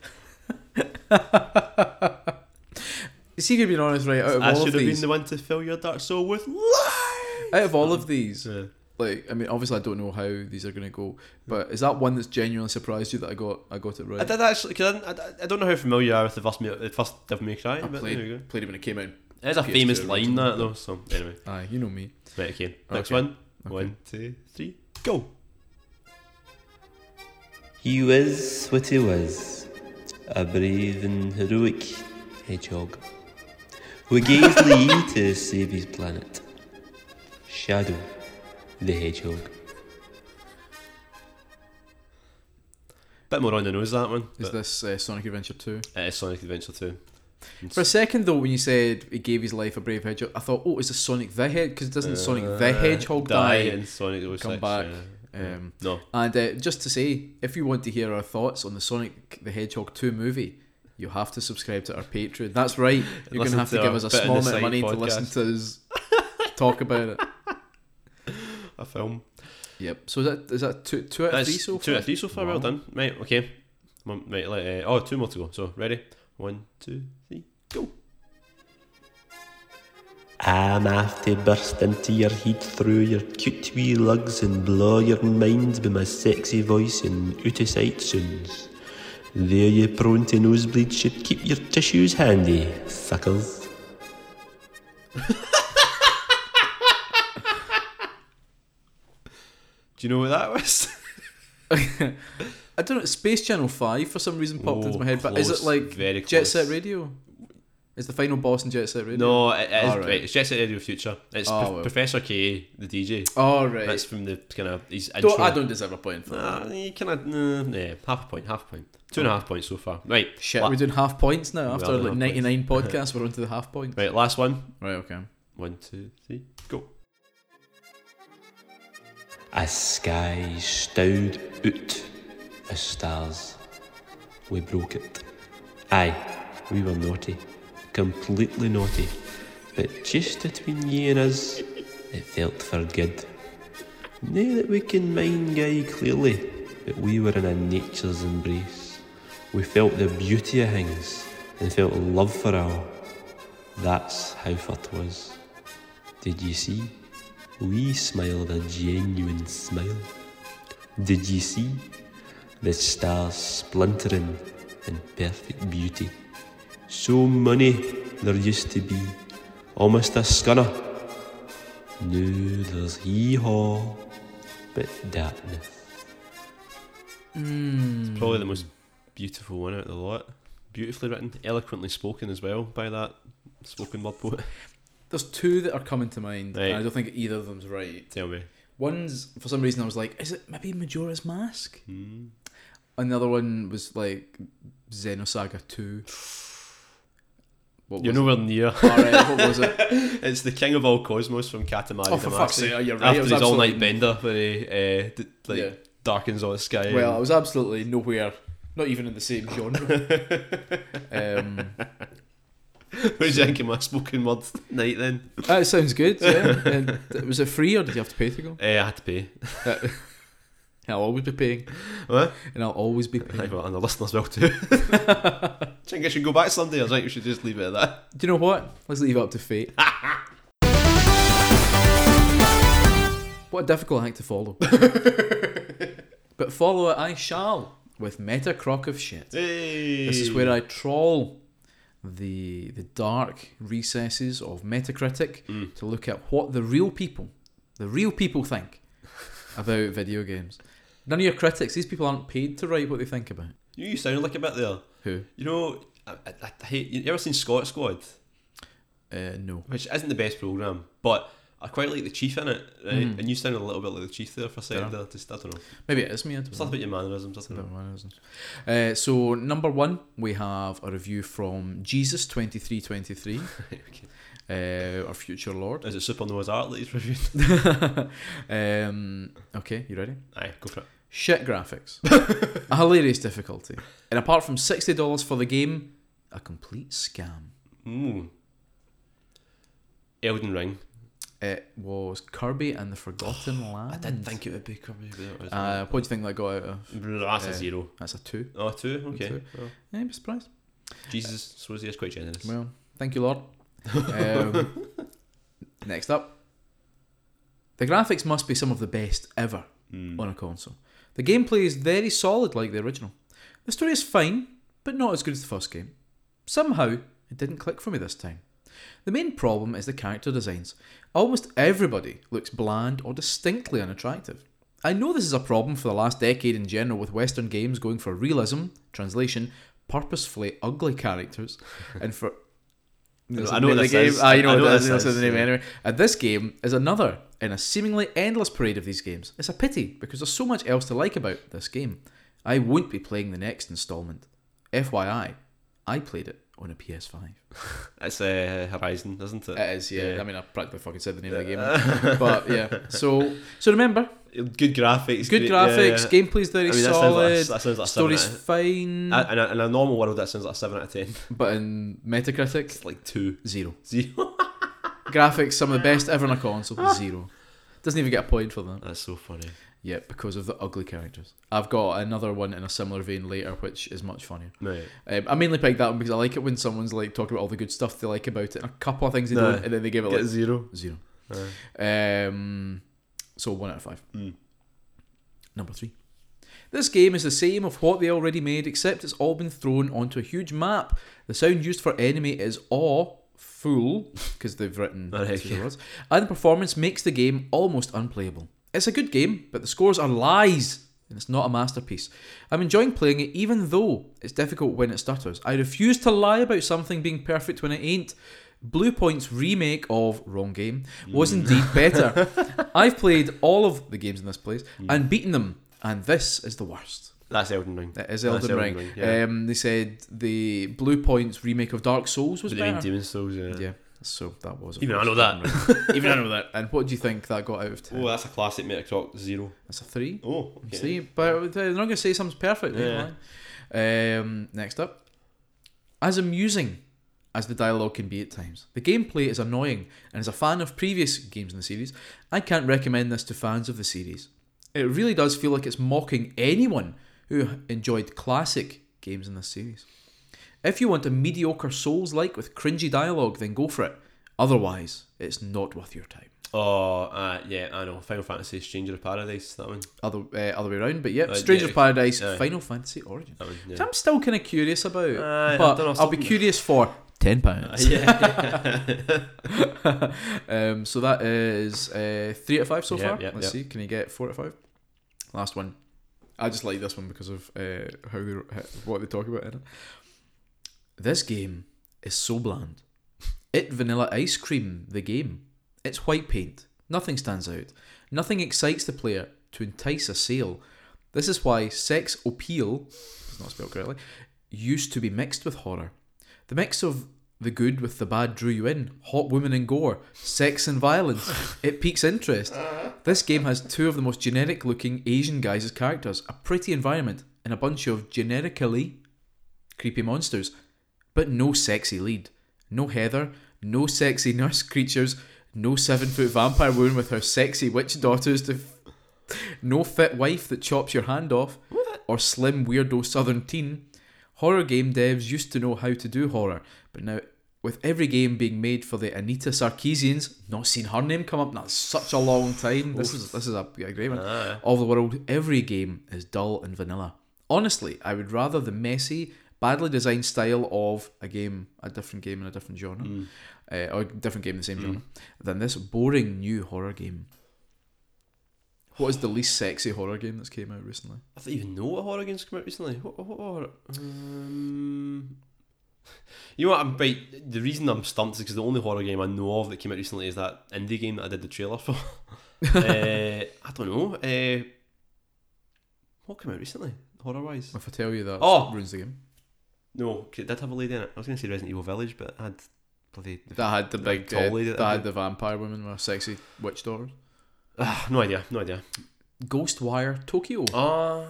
S1: See, you're being honest, right? Out of
S2: I
S1: all
S2: should
S1: of
S2: have been
S1: these,
S2: the one to fill your dark soul with light.
S1: out of all of these,
S2: Yeah.
S1: like I mean, obviously I don't know how these are going to go, but is that one that's genuinely surprised you that I got I got it right?
S2: I did actually. Cause I, didn't- I, I don't know how familiar you are with the first, me- the first Devil May Cry,
S1: I
S2: but there you
S1: played played it when it came out.
S2: go. It is a
S1: PS2
S2: famous line
S1: original.
S2: that though. So anyway,
S1: Aye, you know me.
S2: right, okay. Next
S1: Okay.
S2: one. One, two, three, go.
S3: He was what he was, a brave and heroic hedgehog, who gave Lee to save his planet. Shadow, the hedgehog.
S2: Bit more on the nose that one.
S1: Is
S2: But
S1: this uh, Sonic Adventure Two?
S2: it is Uh, Sonic Adventure Two.
S1: For a second though, when you said he gave his life a brave hedgehog, I thought, oh, is this Sonic the Hedgehog? Because doesn't Sonic the
S2: Uh,
S1: Hedgehog
S2: die
S1: die?
S2: in Sonic 06?
S1: come back?
S2: yeah.
S1: Um,
S2: No.
S1: and uh, just to say, if you want to hear our thoughts on the Sonic the Hedgehog Two movie. You have to subscribe to our Patreon. That's right. You're going
S2: listen
S1: to have to
S2: to
S1: give
S2: our
S1: us a
S2: Bit in
S1: small
S2: the
S1: amount of
S2: Side
S1: money to
S2: podcast.
S1: listen to us talk about it.
S2: A film.
S1: Yep. So is that is that two two out of
S2: That's
S1: three so far?
S2: two out of three so far. Well
S1: Wow.
S2: done. Right. Okay. One, right. Like, uh, oh, two more to go. So ready. One, two, three.
S3: I'm after burst into your head through your cute wee lugs and blow your minds with my sexy voice and out of sight soons. There you prone to nosebleed should keep your tissues handy, suckers.
S2: Do you know what that was?
S1: I don't know. Space Channel Five for some reason popped
S2: Oh,
S1: into my head, but is
S2: close,
S1: it like
S2: very
S1: Jet
S2: close.
S1: Set Radio? Is the final boss in Jet Set Radio?
S2: no, it, it is.
S1: Alright.
S2: Right. It's Jet Set Radio Future. It's
S1: Oh,
S2: Pro-
S1: well.
S2: Professor K, the DJ.
S1: All right.
S2: That's from the kind of his intro.
S1: Don't, I don't deserve a point for that.
S2: Nah, you kind of nah, yeah, half a point, half a point, two and a half points so far. Right,
S1: Shit,
S2: la-
S1: we're doing half points now. After
S2: doing
S1: like
S2: half
S1: ninety nine podcasts, we're onto the half point.
S2: right, last one.
S1: Right. Okay.
S2: One, two, three, go.
S3: A sky stowed out as stars. We broke it. Aye, we were naughty. Completely naughty. But just between ye and us, it felt for good. Now that we can mind guy clearly, but we were in a nature's embrace. We felt the beauty of things and felt love for all. That's how far 'twas. was. Did you see? We smiled a genuine smile. Did you see? The stars splintering in perfect beauty. So many there used to be, almost a scunner. Now there's hee haw, but darkness.
S2: It's probably the most beautiful one out of the lot. Beautifully written, eloquently spoken as well by that spoken word poet.
S1: There's two that are coming to mind,
S2: Right.
S1: and I don't think either of them's right.
S2: Tell me.
S1: One's for some reason I was like, is it maybe Majora's Mask?
S2: Hmm.
S1: And the other one was like Xenosaga Two. What
S2: You're
S1: was
S2: nowhere near.
S1: it? All right, what was it?
S2: It's the king of all cosmos from Katamari
S1: Oh, for
S2: Damacy.
S1: fuck's sake, oh, you're right, it
S2: After
S1: was
S2: his all-night
S1: absolutely-
S2: bender, where he uh, d- like
S1: Yeah.
S2: darkens all the sky.
S1: Well, I
S2: and-
S1: was absolutely nowhere, not even in the same genre. um,
S2: what do you think of my spoken word night then?
S1: that uh, sounds good. Yeah, and th- was it free or did you have to pay to go? Uh,
S2: Uh, I had to pay.
S1: I'll always be paying,
S2: What?
S1: and I'll always be
S2: I
S1: paying.
S2: think we're on the listeners well too. think I should go back someday. I think we should just leave it at that.
S1: Do you know what? Let's leave it up to fate. what a difficult act to follow. but follow it I shall with Meta Crock of Shit.
S2: Hey.
S1: This is where I troll the the dark recesses of Metacritic to look at what the real people, the real people think about video games. None of your critics; these people aren't paid to write what they think about.
S2: You, you sound like a bit there.
S1: Who?
S2: You know, I, I, I hate. You ever seen Scott Squad?
S1: Uh, no.
S2: Which isn't the best program, but I quite like the chief in it, right? And you sound a little bit like the chief there for a second.
S1: Mm. Yeah.
S2: there. Just I don't know.
S1: Maybe it is me. I don't know.
S2: Something about your mannerisms. I don't know.
S1: About mannerisms. Uh, so number one, we have a review from Jesus twenty three twenty three,
S2: Okay.
S1: uh, our future Lord.
S2: Is it Super Noah's Art that he's reviewed?
S1: um, okay, you ready?
S2: Aye, go for it.
S1: Shit graphics, a hilarious difficulty, and apart from sixty dollars for the game, a complete scam.
S2: Mm. Elden Ring.
S1: It was Kirby and the Forgotten Land.
S2: I did think it would be Kirby, but it was.
S1: Uh, what do you think that got out of?
S2: that's
S1: uh,
S2: a zero.
S1: That's a two.
S2: Oh, two? Okay.
S1: two.
S2: Oh.
S1: Yeah, I'd be surprised.
S2: Jesus, so is he is quite generous.
S1: Well, thank you, Lord. Um, next up, the graphics must be some of the best ever
S2: Mm.
S1: on a console. The gameplay is very solid, like the original. The story is fine, but not as good as the first game. Somehow, it didn't click for me this time. The main problem is the character designs. Almost everybody looks bland or distinctly unattractive. I know this is a problem for the last decade in general with Western games going for realism, translation, purposefully ugly characters, and for.
S2: I know what
S1: the
S2: this
S1: game.
S2: is.
S1: Ah, you know,
S2: I know
S1: what
S2: what
S1: this
S2: this
S1: is.
S2: is,
S1: the name
S2: yeah.
S1: anyway. And this game is another in a seemingly endless parade of these games. It's a pity because there's so much else to like about this game. I won't be playing the next installment. FYI, I played it on a PS5.
S2: It's uh, Horizon, isn't it?
S1: It is, yeah.
S2: Yeah.
S1: I mean, I practically fucking said the name of the game, but yeah. So, so remember,
S2: Good graphics.
S1: good
S2: great-
S1: graphics,
S2: yeah.
S1: gameplay's very
S2: I mean, that sounds like a- Uh,
S1: solid,
S2: that sounds like a seven
S1: story's
S2: out of-
S1: fine,
S2: I- In a, in a normal world, that sounds like a 7 out of 10.
S1: but in Metacritic,
S2: It's like 2.
S1: zero.
S2: Zero.
S1: Graphics, some of the best ever on a
S2: Ah.
S1: console, zero. Doesn't even get a point for that.
S2: That's so funny.
S1: Yeah, because of the ugly characters. I've got another one in a similar vein later, which is much funnier.
S2: Right.
S1: Um, I mainly picked that one because I like it when someone's like talking about all the good stuff they like about it, and a couple of things they
S2: No.
S1: don't, and then they give it
S2: Get
S1: like
S2: zero.
S1: zero.
S2: Aye.
S1: Um, so one out of five.
S2: Mm.
S1: Number three. This game is the same of what they already made, except it's all been thrown onto a huge map. The sound used for enemy is aw, fool, because they've written
S2: Alright,
S1: these
S2: yeah.
S1: words, and the performance makes the game almost unplayable. It's a good game, but the scores are lies, and it's not a masterpiece. I'm enjoying playing it, even though it's difficult when it stutters. I refuse to lie about something being perfect when it ain't. Blue Point's remake of Wrong Game was
S2: Mm.
S1: indeed better. I've played all of the games in this place and beaten them, and this is the worst.
S2: That's Elden Ring.
S1: It is
S2: That's
S1: Elden Ring.
S2: yeah.
S1: um, they said the Blue Point's remake of Dark Souls was
S2: With the main
S1: better.
S2: Demon's Souls, yeah.
S1: Yeah, so that was. of
S2: Even I
S1: course,
S2: know that.
S1: Elden Ring. Even I know that. And what do you think that got out of ten?
S2: Oh, that's a classic Metacritic zero.
S1: That's a three.
S2: Oh, okay.
S1: See, but they're not going to say something's perfect.
S2: Yeah.
S1: Yeah. Um, next up, as amusing as the dialogue can be at times, the gameplay is annoying, and as a fan of previous games in the series, I can't recommend this to fans of the series. It really does feel like it's mocking anyone who enjoyed classic games in this series. If you want a mediocre Souls like with cringy dialogue, then go for it. Otherwise, it's not worth your time.
S2: Oh, uh, yeah, I know. Final Fantasy Stranger of Paradise, that one.
S1: Other uh, other way around, but yep,
S2: Uh,
S1: Stranger
S2: yeah,
S1: of Paradise,
S2: yeah.
S1: Final Fantasy Origin.
S2: That one, yeah.
S1: Which I'm still kind of curious about,
S2: Aye, I
S1: but
S2: dunno,
S1: I'll be
S2: something-
S1: curious for ten
S2: Uh,
S1: pounds.
S2: yeah.
S1: um, so that is uh, three out of five so
S2: Yep,
S1: far.
S2: yep,
S1: Let's
S2: yep.
S1: see, can you get four out of five? Last one. I just like this one because of uh, how they what they talk about in it. This game is so bland. It vanilla ice cream the game. It's white paint. Nothing stands out. Nothing excites the player to entice a sale. This is why sex appeal, it's not spelled correctly, used to be mixed with horror. The mix of the good with the bad drew you in. Hot women and gore, sex and violence. It piques interest. This game has two of the most generic looking Asian guys as characters, a pretty environment, and a bunch of generically creepy monsters, but no sexy lead. No Heather, no sexy nurse creatures, no seven foot vampire woman with her sexy witch daughters to. f- no fit wife that chops your hand off, or slim weirdo southern teen. Horror game devs used to know how to do horror, but now with every game being made for the Anita Sarkeesians, not seen her name come up in such a long time. This is this is a, a great one
S2: Ah.
S1: of the world, every game is dull and vanilla. Honestly, I would rather the messy, badly designed style of a game, a different game in a different genre, uh, or a different game in the same genre, than this boring new horror game. What is the least sexy horror game that's came out recently?
S2: I don't even know what horror games come out recently. What, what, what horror? Um, you know what? I'm right. The reason I'm stumped is because the only horror game I know of that came out recently is that indie game that I did the trailer for. uh, I don't know. Uh, what came out recently, horror wise?
S1: If I tell you that,
S2: Oh!
S1: ruins the game.
S2: No, 'cause it did have a lady in it. I was going to say Resident Evil Village, but I had bloody.
S1: That had the
S2: That
S1: big,
S2: tall
S1: uh,
S2: lady
S1: that,
S2: that
S1: had
S2: did-
S1: the vampire woman with sexy witch daughters.
S2: Ah, no idea, no idea.
S1: Ghostwire Tokyo.
S2: Ah,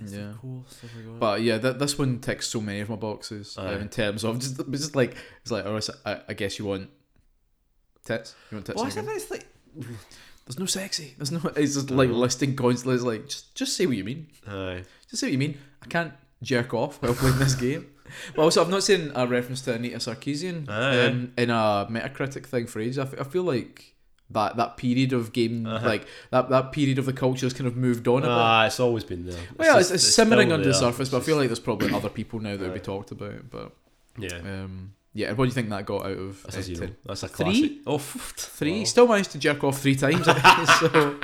S2: yes,
S1: Yeah.
S2: of course. I forgot.
S1: But yeah, that this one ticks so many of my boxes uh,
S2: Aye.
S1: in terms of just, it's just like it's like, or else I, I guess you want tits. You want tits.
S2: Well,
S1: in
S2: I
S1: a game.
S2: said that it's like.
S1: There's no sexy. There's no. It's just like listing constantly. It's like just just say what you mean.
S2: Aye.
S1: Just say what you mean. I can't jerk off while playing this game. But also, I've not seen a reference to Anita Sarkeesian
S2: Aye,
S1: um, in a Metacritic thing for ages. I, f- I feel like that that period of game, like that that period of the culture, has kind of moved on a bit.
S2: Uh-huh. Ah, it's always been there.
S1: Well, it's,
S2: just-
S1: it's, simmering
S2: still
S1: under the
S2: there.
S1: surface,
S2: It's
S1: but I feel
S2: just-
S1: like there's probably other people now that would be
S2: Aye.
S1: talked about. But
S2: Yeah.
S1: um, yeah, and what do you think that got out of
S2: That's
S1: uh,
S2: a zero.
S1: 10?
S2: That's a
S1: Three?
S2: classic. Oh, f-
S1: Three.
S2: wow.
S1: Still managed to jerk off three times. so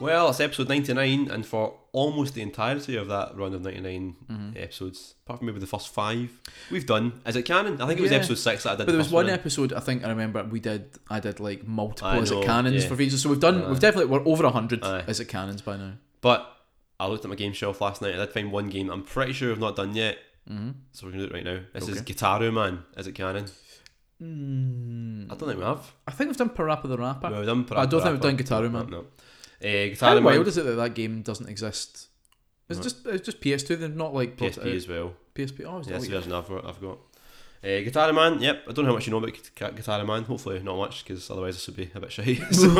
S2: Well, it's episode 99, and for almost the entirety of that run of 99
S1: Mm-hmm. Mm.
S2: episodes, apart from maybe the first five, we've done. Is it canon? I think it was
S1: Yeah.
S2: episode six that I did.
S1: But
S2: the
S1: there was
S2: first
S1: one
S2: one in.
S1: episode I think I remember we did I did like multiple
S2: I
S1: is it
S2: know,
S1: canons
S2: yeah.
S1: for features. So we've done
S2: Aye.
S1: we've definitely we're over hundred
S2: Aye.
S1: is it canons by now.
S2: But I looked at my game shelf last night. I did find one game I'm pretty sure I've not done yet.
S1: Mm-hmm.
S2: So we're gonna do it right now. This is
S1: Okay.
S2: Guitaru Man. Is it canon?
S1: Mm,
S2: I don't think we have.
S1: I think we've done Parappa the Rapper.
S2: Well, we've done.
S1: I don't think we've done Guitaru Man.
S2: No. Eh,
S1: How
S2: Guitaru
S1: wild
S2: Man.
S1: is it that that game doesn't exist? It's
S2: No.
S1: just it's just PS2. They're not like brought it
S2: PSP as well.
S1: out. PSP. Oh, is
S2: Yeah,
S1: that what
S2: that's the
S1: you-
S2: version I've, I've got. Uh, Guitar Man, yep. I don't know how much you know about Guitar, Guitar Man. Hopefully, not much, because otherwise this would be a bit shy. So-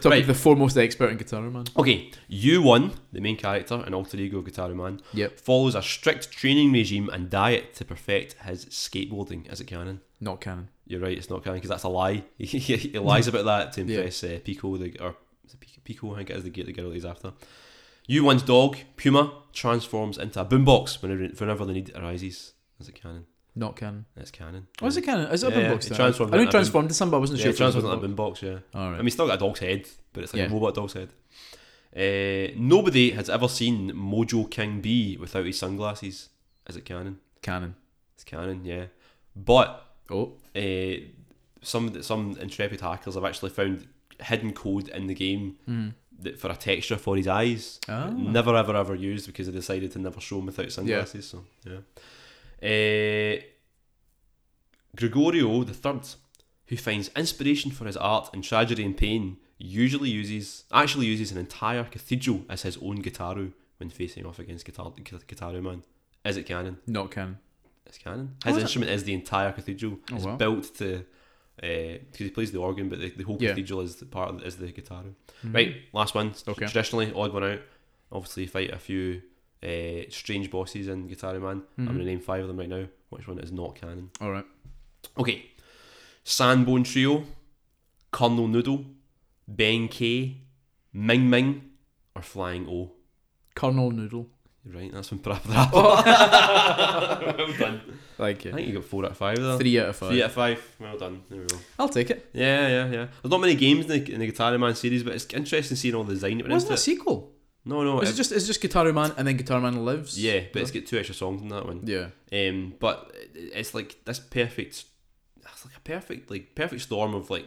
S1: Talking
S2: Right.
S1: to the foremost expert in guitar man.
S2: okay, U1, the main character and alter ego of Guitar Man,
S1: Yep.
S2: follows a strict training regime and diet to perfect his skateboarding as it canon.
S1: Not canon.
S2: You're right, it's not canon because that's a lie. he he lies about that to
S1: Yeah.
S2: impress uh, Pico, the, or is it Pico, Pico, I think it is the, g- the girl he's after. U1's dog, Puma, transforms into a boombox whenever, whenever the need arises. Is it canon?
S1: Not canon.
S2: That's canon.
S1: Oh, is it canon? Is it
S2: Yeah,
S1: a
S2: yeah,
S1: boombox?
S2: it
S1: then?
S2: transformed
S1: I know it
S2: into a
S1: transformed into something, but I wasn't
S2: Yeah,
S1: sure.
S2: it
S1: if it was a
S2: transforms into a
S1: boombox.
S2: boombox, yeah.
S1: All
S2: I
S1: right.
S2: mean, it's still got a dog's head, but it's like
S1: Yeah.
S2: a robot dog's head. Uh, nobody has ever seen Mojo King B without his sunglasses. Is it canon?
S1: canon.
S2: It's canon, yeah. But
S1: Oh,
S2: uh, some some intrepid hackers have actually found hidden code in the game that for a texture for his eyes.
S1: Hmm. Ah.
S2: Never ever ever used because they decided to never show him without sunglasses. So yeah. Uh, Gregorio the third, who finds inspiration for his art in tragedy and pain, usually uses actually uses an entire cathedral as his own guitaru when facing off against guitar Guitaru Man. Is it canon?
S1: not canon.
S2: It's canon. His
S1: is it?
S2: instrument is the entire cathedral.
S1: Oh,
S2: it's
S1: wow.
S2: built to because he plays the organ, but the, the whole
S1: Yeah.
S2: cathedral is the part of, is the guitar.
S1: Hmm.
S2: Right, last one.
S1: Mm-hmm. Okay.
S2: Traditionally, odd one out. Obviously, fight a few uh, strange bosses in Guitar Man. I'm
S1: Mm-hmm.
S2: gonna name five of them right now. Which one is not canon?
S1: Hmm. All right.
S2: Okay, Sandbone Trio, Colonel Noodle, Ben K, Ming Ming, or Flying O.
S1: Colonel Noodle.
S2: Right, that's from Parappa the
S1: Oh.
S2: Rapper. well done.
S1: Thank
S2: I think you got four out of five there.
S1: Three out of five.
S2: Three out of five. Well done. There we go.
S1: I'll take it.
S2: Yeah, yeah, yeah. There's not many games in the, in the Guitar Man series, but it's interesting seeing all the design that went
S1: Wasn't
S2: into
S1: it a
S2: it.
S1: sequel?
S2: No, no.
S1: Is
S2: it-
S1: it just it's just Guitar Man and then Guitar Man Lives?
S2: yeah, but it's got two extra songs in that one.
S1: Yeah.
S2: Um, but it- it's like this perfect, it's like a perfect, like perfect storm of like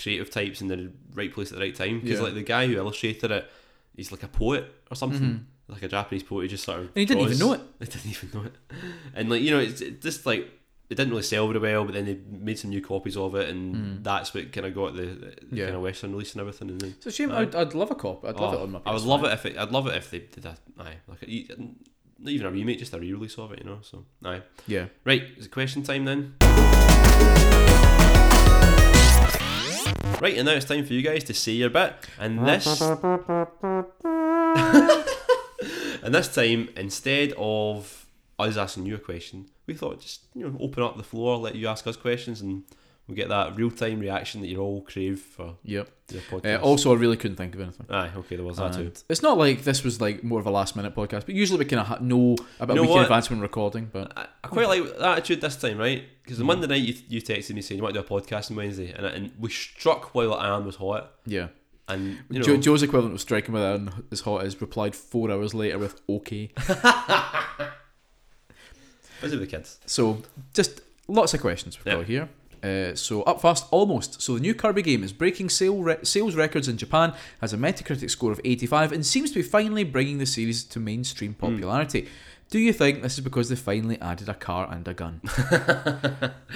S2: creative types in the right place at the right time. Because
S1: Yeah.
S2: like the guy who illustrated it, he's like a poet or something, like a Japanese poet. He just sort of and
S1: Mm-hmm. he didn't even know it.
S2: He didn't even know it. And like you know, it's it just like it didn't really sell very well. But then they made some new copies of it, and that's what kind of got the, the
S1: Mm. Yeah.
S2: kind of Western release and everything. And then
S1: It's a shame. I'd, I'd love a cop. I'd love
S2: Oh,
S1: it on my.
S2: I would
S1: PS5.
S2: love it if it, I'd love it if they did that. Aye, like e- not even a remake, just a re-release of it, you know. So aye,
S1: Yeah.
S2: right. Is it question time then? Right, and now it's time for you guys to say your bit, and this, and this time instead of us asking you a question, we thought just you know open up the floor, let you ask us questions, and We get that real time reaction that you all crave for
S1: Yep.
S2: your
S1: Uh,
S2: podcast.
S1: also, I really couldn't think of anything.
S2: Aye, okay, there was that too.
S1: And It's not like this was like more of a last minute podcast, but usually we kind of ha- know about
S2: You know
S1: a week in
S2: what?
S1: advance when recording. But
S2: I, I quite like that attitude this time, right? Because the
S1: Mm.
S2: Monday night you, you texted me saying you want to do a podcast on Wednesday, and, and we struck while the iron was hot.
S1: yeah,
S2: And you know,
S1: Jo- Joe's equivalent of striking with iron as hot as replied four hours later with okay.
S2: busy with the kids.
S1: So just lots of questions we've
S2: Yeah.
S1: got here. Uh, so up fast, almost. So the new Kirby game is breaking sale re- sales records in Japan, has a Metacritic score of 85, and seems to be finally bringing the series to mainstream
S2: Hmm.
S1: popularity. Do you think this is because they finally added a car and a gun?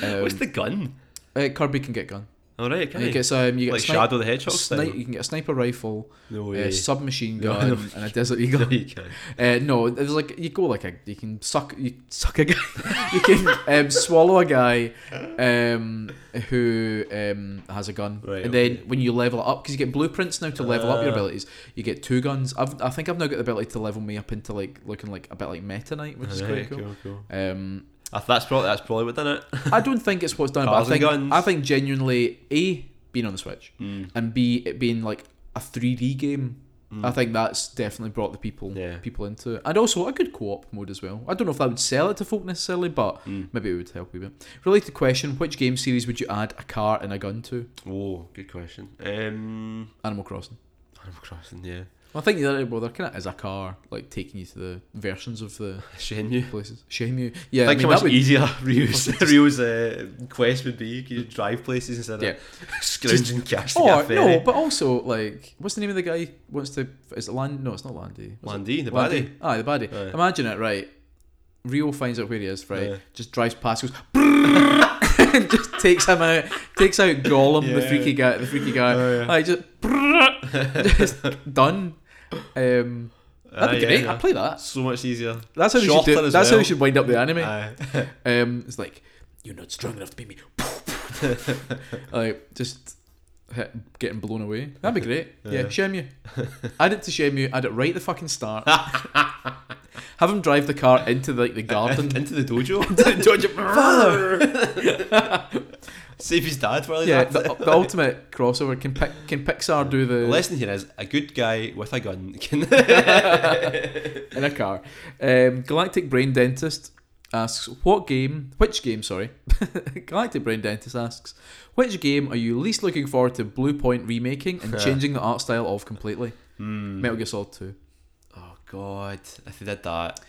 S1: Um,
S2: What's the gun?
S1: uh, Kirby can get gun.
S2: All right, can
S1: It
S2: you?
S1: gets um, you get
S2: like
S1: a sni-
S2: Shadow the Hedgehog
S1: sni-
S2: style?
S1: you can get a sniper rifle,
S2: No
S1: a
S2: way.
S1: submachine
S2: No,
S1: gun,
S2: no.
S1: and a desert eagle.
S2: No, you can't.
S1: Uh, no, there's like you go like a you can suck you suck a guy you can um, swallow a guy um, who um, has a gun,
S2: Right,
S1: and
S2: okay.
S1: then when you level up because you get blueprints now to level up your
S2: Ah.
S1: abilities, you get two guns. I've, I think I've now got the ability to level me up into like looking like a bit like Meta Knight, which is
S2: All
S1: quite
S2: right,
S1: cool.
S2: cool, cool.
S1: Um,
S2: I th- that's probably that's probably what done it.
S1: I don't think it's what's done, but I
S2: Cars and
S1: think
S2: guns.
S1: I think genuinely a being on the Switch
S2: Mm.
S1: and b it being like a 3D game.
S2: Mm.
S1: I think that's definitely brought the people
S2: Yeah.
S1: people into it, and also a good co-op mode as well. I don't know if that would sell it to folk necessarily, but
S2: Mm.
S1: maybe it would help a wee bit. Related question: Which game series would you add a car and a gun to?
S2: Oh, good question. Um,
S1: Animal Crossing.
S2: Animal Crossing, yeah.
S1: Well, I think that well, there kind of is a car like taking you to the versions of the
S2: Shame you.
S1: places. Shame you. Yeah,
S2: Think
S1: I mean,
S2: how
S1: that
S2: much
S1: would,
S2: easier Rio's, Rio's uh, quest would be. You could drive places instead
S1: Mm. Yeah.
S2: of scrounging cash to
S1: Or
S2: get a ferry.
S1: Oh, no, but also like, what's the name of the guy who wants to? Is it Land? No, it's not Landy. What's it?
S2: Landy, the
S1: Landy.
S2: baddie.
S1: Aye, the baddie.
S2: Aye.
S1: Imagine it, right? Rio finds out where he is, right?
S2: Yeah.
S1: Just drives past, goes, and just takes him out, takes out Gollum, the
S2: Yeah.
S1: freaky guy, the freaky guy.
S2: Oh, yeah.
S1: Like just, just done. Um, that'd be
S2: Aye,
S1: great.
S2: Ah, yeah,
S1: I'd play that.
S2: So much easier.
S1: That's how
S2: Shorter
S1: we should do.
S2: as
S1: That's how
S2: well.
S1: we should wind up the anime.
S2: Aye.
S1: Um, it's like you're not strong enough to beat me. like just hit, getting blown away. That'd be great. Yeah,
S2: Yeah.
S1: shame you. Add it to shame you. Add it right at the fucking start. Have him drive the car into the, like the garden.
S2: Into the dojo.
S1: Father.
S2: Save his dad while he's
S1: yeah,
S2: at
S1: the,
S2: it.
S1: the ultimate crossover. Can pic, can Pixar do
S2: The
S1: the
S2: lesson here is a good guy with a gun can.
S1: in a car? Um, Galactic Brain Dentist asks what game? Which game? Sorry, Galactic Brain Dentist asks which game are you least looking forward to Blue Point remaking and changing the art style of completely?
S2: Hmm.
S1: Metal Gear Solid Two.
S2: Oh god, if they did that.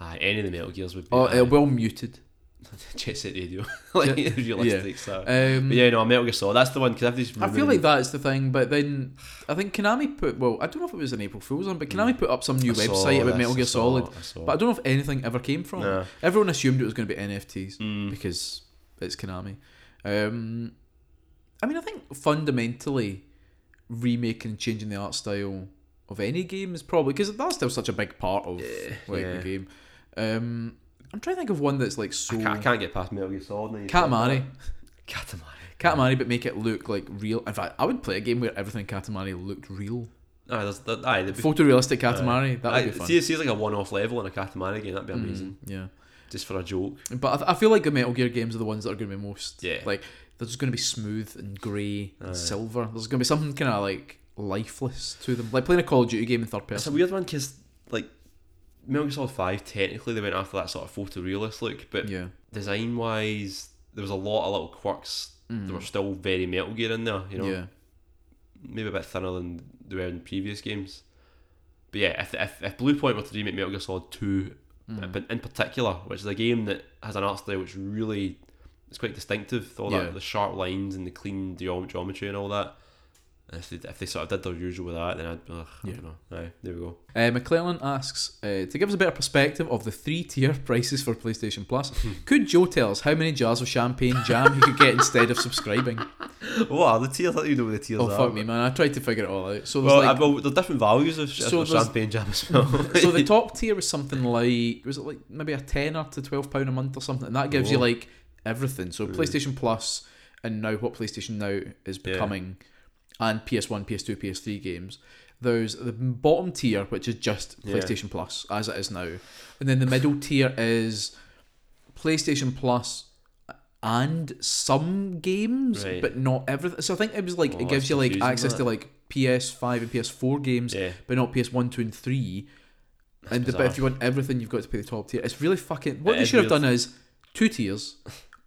S2: Aye, any of the Metal Gears would be.
S1: Oh,
S2: aye.
S1: uh, well muted.
S2: Jet Set Radio. like, realistic stuff.
S1: Um,
S2: But yeah, no, Metal Gear Solid, that's the one, because I've just.
S1: I feel like that's the thing, but then I think Konami put well, I don't know if it was an April Fool's one, but Konami put up some new website about Metal Gear Solid, but I don't know if anything ever came from. it.
S2: Nah.
S1: Everyone assumed it was going to be NFTs
S2: Mm.
S1: because it's Konami. Um, I mean, I think fundamentally remaking and changing the art style of any game is probably because that's still such a big part of like
S2: yeah.
S1: the game. Um, I'm trying to think of one that's like so
S2: I, can't, I can't get past Metal Gear Solid. now you said
S1: Katamari.
S2: that. Katamari.
S1: Katamari, but make it look like real. In fact, I would play a game where everything in Katamari looked real.
S2: Aye, there's, there, aye, there'd be,
S1: Photorealistic Katamari, that would
S2: aye,
S1: be fun. Mm.
S2: See, see, it's like a one off level in a Katamari game, that'd be amazing.
S1: Yeah,
S2: Just for a joke.
S1: but I, th- I feel like the Metal Gear games are the ones that are going to be most.
S2: Yeah.
S1: Like they're just going to be smooth and grey and silver. There's going to be something kind of like lifeless to them, like playing a Call of Duty game in third
S2: It's a
S1: person.
S2: weird one because, like, Metal Gear Solid 5, technically, they went after that sort of photorealist look, but
S1: yeah,
S2: design wise, there was a lot of little quirks that were still very Metal Gear in there, you know?
S1: Mm. yeah.
S2: Maybe a bit thinner than they were in previous games. But yeah, if, if, if Blue Point were to remake Metal Gear Solid 2,
S1: Mm.
S2: but in particular, which is a game that has an art style which really is quite distinctive, with all
S1: Yeah.
S2: that, the sharp lines and the clean geom- geometry and all that. If they, if they sort of did their usual with that, then I'd be like, I
S1: Yeah.
S2: don't know. Aye, there we go.
S1: Uh, McClellan asks uh, to give us a better perspective of the three-tier prices for PlayStation Plus.
S2: Hmm.
S1: could Joe tell us how many jars of champagne jam he could get instead of subscribing?
S2: What are Oh, the tiers? I don't even know what the tiers
S1: Oh
S2: are.
S1: fuck me, man! I tried to figure it all out. So there's
S2: Well,
S1: like
S2: I, well, there are different values of,
S1: So
S2: of
S1: there's-
S2: champagne jam as well.
S1: so the top tier was something like was it like maybe a tenner to twelve pound a month or something, and that gives you
S2: Whoa.
S1: like everything. So PlayStation Plus and now what PlayStation Now is
S2: Yeah.
S1: becoming, and PS One, PS Two, PS Three games. There's the bottom tier, which is just
S2: Yeah.
S1: PlayStation Plus as it is now, and then the middle tier is PlayStation Plus and some games,
S2: Right.
S1: but not everything. So I think it was like it
S2: Oh, that's
S1: gives you like
S2: confusing,
S1: access to
S2: that.
S1: like PS5 and PS4 games,
S2: Yeah.
S1: but not PS1, 2, and 3. and the, but
S2: bizarre.
S1: if you want everything, you've got to pay the top tier. It's really fucking. What
S2: It
S1: they
S2: is
S1: should have
S2: weird.
S1: done is two tiers,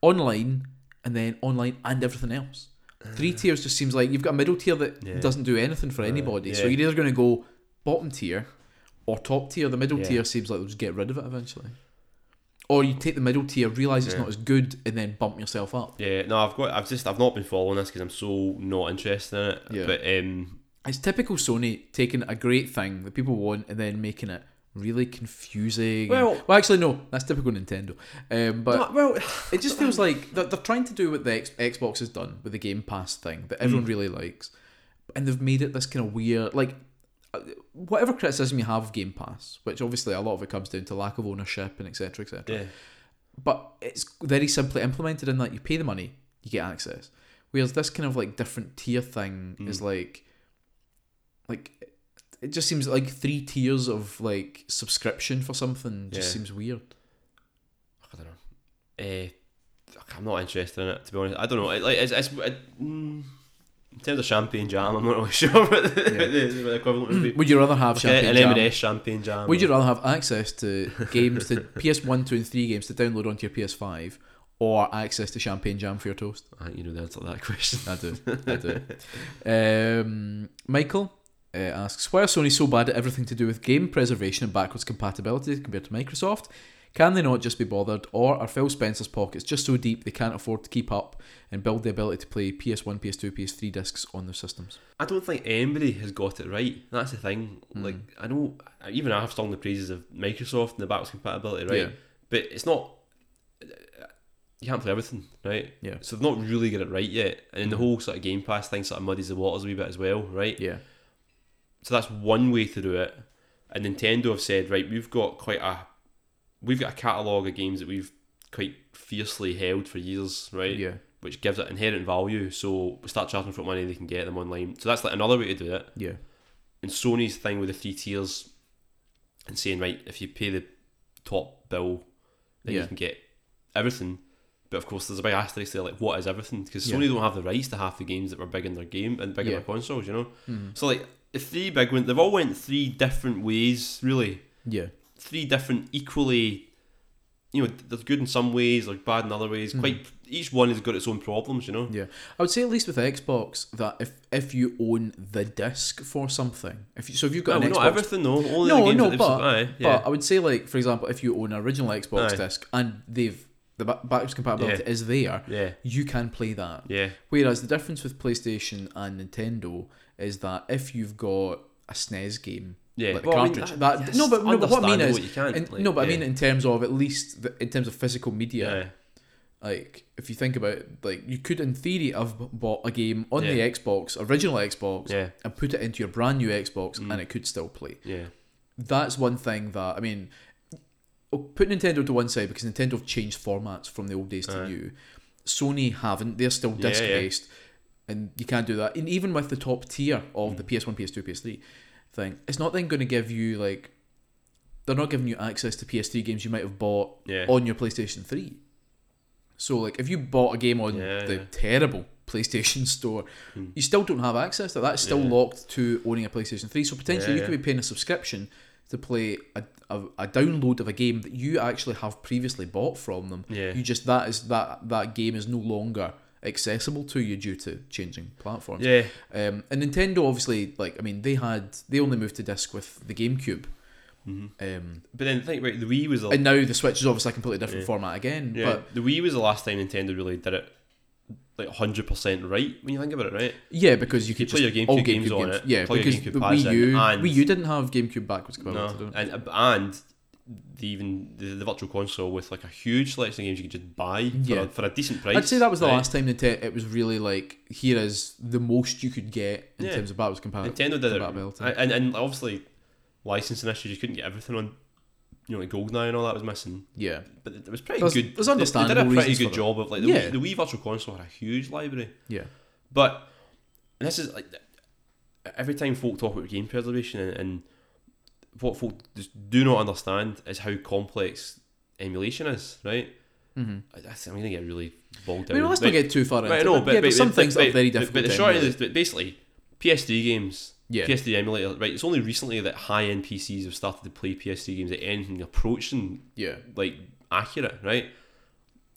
S1: online, and then online and everything else. Three tiers just seems like you've got a middle tier that
S2: Uh. Yeah. Uh,
S1: doesn't do anything for anybody. So
S2: yeah.
S1: you're either going to go bottom tier or top tier. The middle
S2: Yeah.
S1: tier seems like they'll just get rid of it eventually. Or you take the middle tier, realize it's
S2: Yeah.
S1: not as good, and then bump yourself up.
S2: Yeah, no, I've got, I've just, I've not been following this because I'm so not interested in it.
S1: Yeah.
S2: But um,
S1: It's typical Sony taking a great thing that people want and then making it really confusing. and-
S2: Well-
S1: well actually, no, that's typical Nintendo. Um, but
S2: No, well,
S1: It just feels like they're, they're trying to do what the X- Xbox has done with the Game Pass thing that
S2: Mm.
S1: everyone really likes, and they've made it this kind of weird, like uh, whatever criticism you have of Game Pass, which obviously a lot of it comes down to lack of ownership and etc. etc.
S2: yeah,
S1: But it's very simply implemented in that you pay the money, you get access. Whereas this kind of like different tier thing
S2: Mm.
S1: is like, like it just seems like three tiers of like subscription for something just
S2: Yeah.
S1: seems weird.
S2: I don't know. Uh, I'm not interested in it to be honest. I don't know. It, like, it's, it's it, mm, in terms of champagne jam, I'm not really sure what the, what the, what the equivalent would be.
S1: Would you rather have
S2: Okay,
S1: champagne
S2: an
S1: jam?
S2: M&S champagne jam.
S1: Would you rather have access to games to PS1, 2, and 3 games to download onto your PS5 or access to champagne jam for your toast?
S2: I think Ah, you know the answer to that question.
S1: I do. I do. Um, Michael uh, asks Why are Sony so bad at everything to do with game preservation and backwards compatibility compared to Microsoft? Can they not just be bothered, or are Phil Spencer's pockets just so deep they can't afford to keep up and build the ability to play PS1, PS2, PS3 discs on their systems?
S2: I don't think anybody has got it right. That's the thing.
S1: Hmm.
S2: Like I know, even I have sung the praises of Microsoft and the backwards compatibility, right?
S1: Yeah.
S2: But it's not. You can't play everything, right?
S1: Yeah. Hmm.
S2: So they've not really got it right yet, and the whole sort of Game Pass thing sort of muddies the waters a wee bit as well, right?
S1: Yeah.
S2: So that's one way to do it. And Nintendo have said, right, we've got quite a, we've got a catalogue of games that we've quite fiercely held for years, right?
S1: Yeah.
S2: Which gives it inherent value. So we start charging for money, they can get them online. So that's like another way to do it
S1: Yeah.
S2: and Sony's thing with the three tiers and saying right if you pay the top bill then
S1: Yeah.
S2: you can get everything but of course there's a big asterisk there like what is everything because
S1: Yeah.
S2: Sony don't have the rights to half the games that were big in their game and big in
S1: Yeah. Mm-hmm.
S2: their consoles you know so like the three big ones they've all went three different ways really
S1: Yeah.
S2: three different equally you know they're good in some ways they're bad in other ways
S1: Mm-hmm.
S2: quite each one has got its own problems you know
S1: Yeah, I would say at least with Xbox that if if you own the disc for something, if you, so if you've got
S2: Well,
S1: an
S2: not
S1: Xbox,
S2: everything though only the
S1: no,
S2: games
S1: no,
S2: that they've
S1: but
S2: aye, yeah.
S1: but I would say like for example, if you own an original Xbox
S2: Aye.
S1: disc and they've the ba- backwards compatibility
S2: Yeah.
S1: is there,
S2: yeah
S1: you can play that.
S2: yeah
S1: Whereas the difference with PlayStation and Nintendo is that if you've got a SNES game,
S2: Yeah.
S1: like the
S2: Well, I mean,
S1: cartridge,
S2: that-
S1: that
S2: yes,
S1: no, but no, but what I mean
S2: understandable,
S1: is,
S2: you can't,
S1: and-
S2: like,
S1: no, but I mean
S2: yeah.
S1: in terms of at least the, in terms of physical media,
S2: yeah.
S1: like if you think about it, like you could in theory have b- bought a game on
S2: Yeah.
S1: the Xbox original Xbox
S2: Yeah. Mm.
S1: and put it into your brand new Xbox and it could still play
S2: Yeah.
S1: that's one thing that I mean oh, put Nintendo to one side because Nintendo have changed formats from the old days to new Sony haven't they're still
S2: Yeah, yeah.
S1: disc based and you can't do that and even with the top tier of
S2: Mm.
S1: the PS1 PS2 PS3 thing it's not then going to give you like they're not giving you access to PS3 games you might have bought
S2: Yeah.
S1: on your PlayStation 3 so like if you bought a game on
S2: Yeah,
S1: the
S2: yeah. Hmm.
S1: terrible PlayStation store you still don't have access to that that's still
S2: Yeah.
S1: locked to owning a PlayStation 3 so potentially
S2: Yeah,
S1: you
S2: yeah.
S1: could be be paying a subscription to play a, a, a download of a game that you actually have previously bought from them.
S2: Yeah.
S1: You just that is that that game is no longer accessible to you due to changing platforms.
S2: Yeah.
S1: Um, and Nintendo obviously like I mean they had they only moved to disc with the GameCube.
S2: Mm-hmm.
S1: Um,
S2: But then think about it, the Wii was the,
S1: and now the Switch is obviously a completely different format again.
S2: yeah,
S1: But
S2: the Wii was the last time Nintendo really did it like hundred percent right when you think about it, right?
S1: yeah, because you
S2: You
S1: could
S2: play
S1: just
S2: your GameCube
S1: all
S2: games on it,
S1: Yeah,
S2: plug your
S1: because
S2: GameCube
S1: the
S2: pads
S1: Wii
S2: in,
S1: U
S2: and-
S1: Wii U didn't have GameCube backwards compatibility.
S2: No.
S1: did it?
S2: And and the even the, the virtual console with like a huge selection of games you could just buy for,
S1: Yeah.
S2: a, for a decent price.
S1: I'd say that was the
S2: right?
S1: last time Nintendo it was really like here is the most you could get in
S2: Yeah.
S1: terms of backwards compatibility.
S2: Nintendo did it,
S1: compatibility.
S2: and, and and obviously licensing issues. You couldn't get everything on, you know, like GoldenEye and all that was missing.
S1: yeah,
S2: But it was pretty
S1: There's-
S2: good.
S1: there's
S2: they- They
S1: understandable
S2: did a pretty
S1: reasons
S2: good
S1: for
S2: job of like the,
S1: Yeah.
S2: Wii, the Wii Virtual Console had a huge library.
S1: yeah,
S2: But and this is like every time folk talk about game preservation and, and what folk just do not understand is how complex emulation is, right?
S1: Mm-hmm.
S2: I, I think I'm gonna get really bogged
S1: I
S2: down.
S1: mean, let's
S2: Right,
S1: not get too far into
S2: Right,
S1: it.
S2: no, but,
S1: yeah,
S2: but
S1: some
S2: the-
S1: things
S2: but,
S1: are very
S2: but-
S1: difficult.
S2: But the
S1: to
S2: short end
S1: emulate.
S2: is that basically PS3 games,
S1: Yeah.
S2: PS3 emulator. Right, it's only recently that high-end PCs have started to play PS3 games at anything approaching
S1: yeah,
S2: like accurate, right?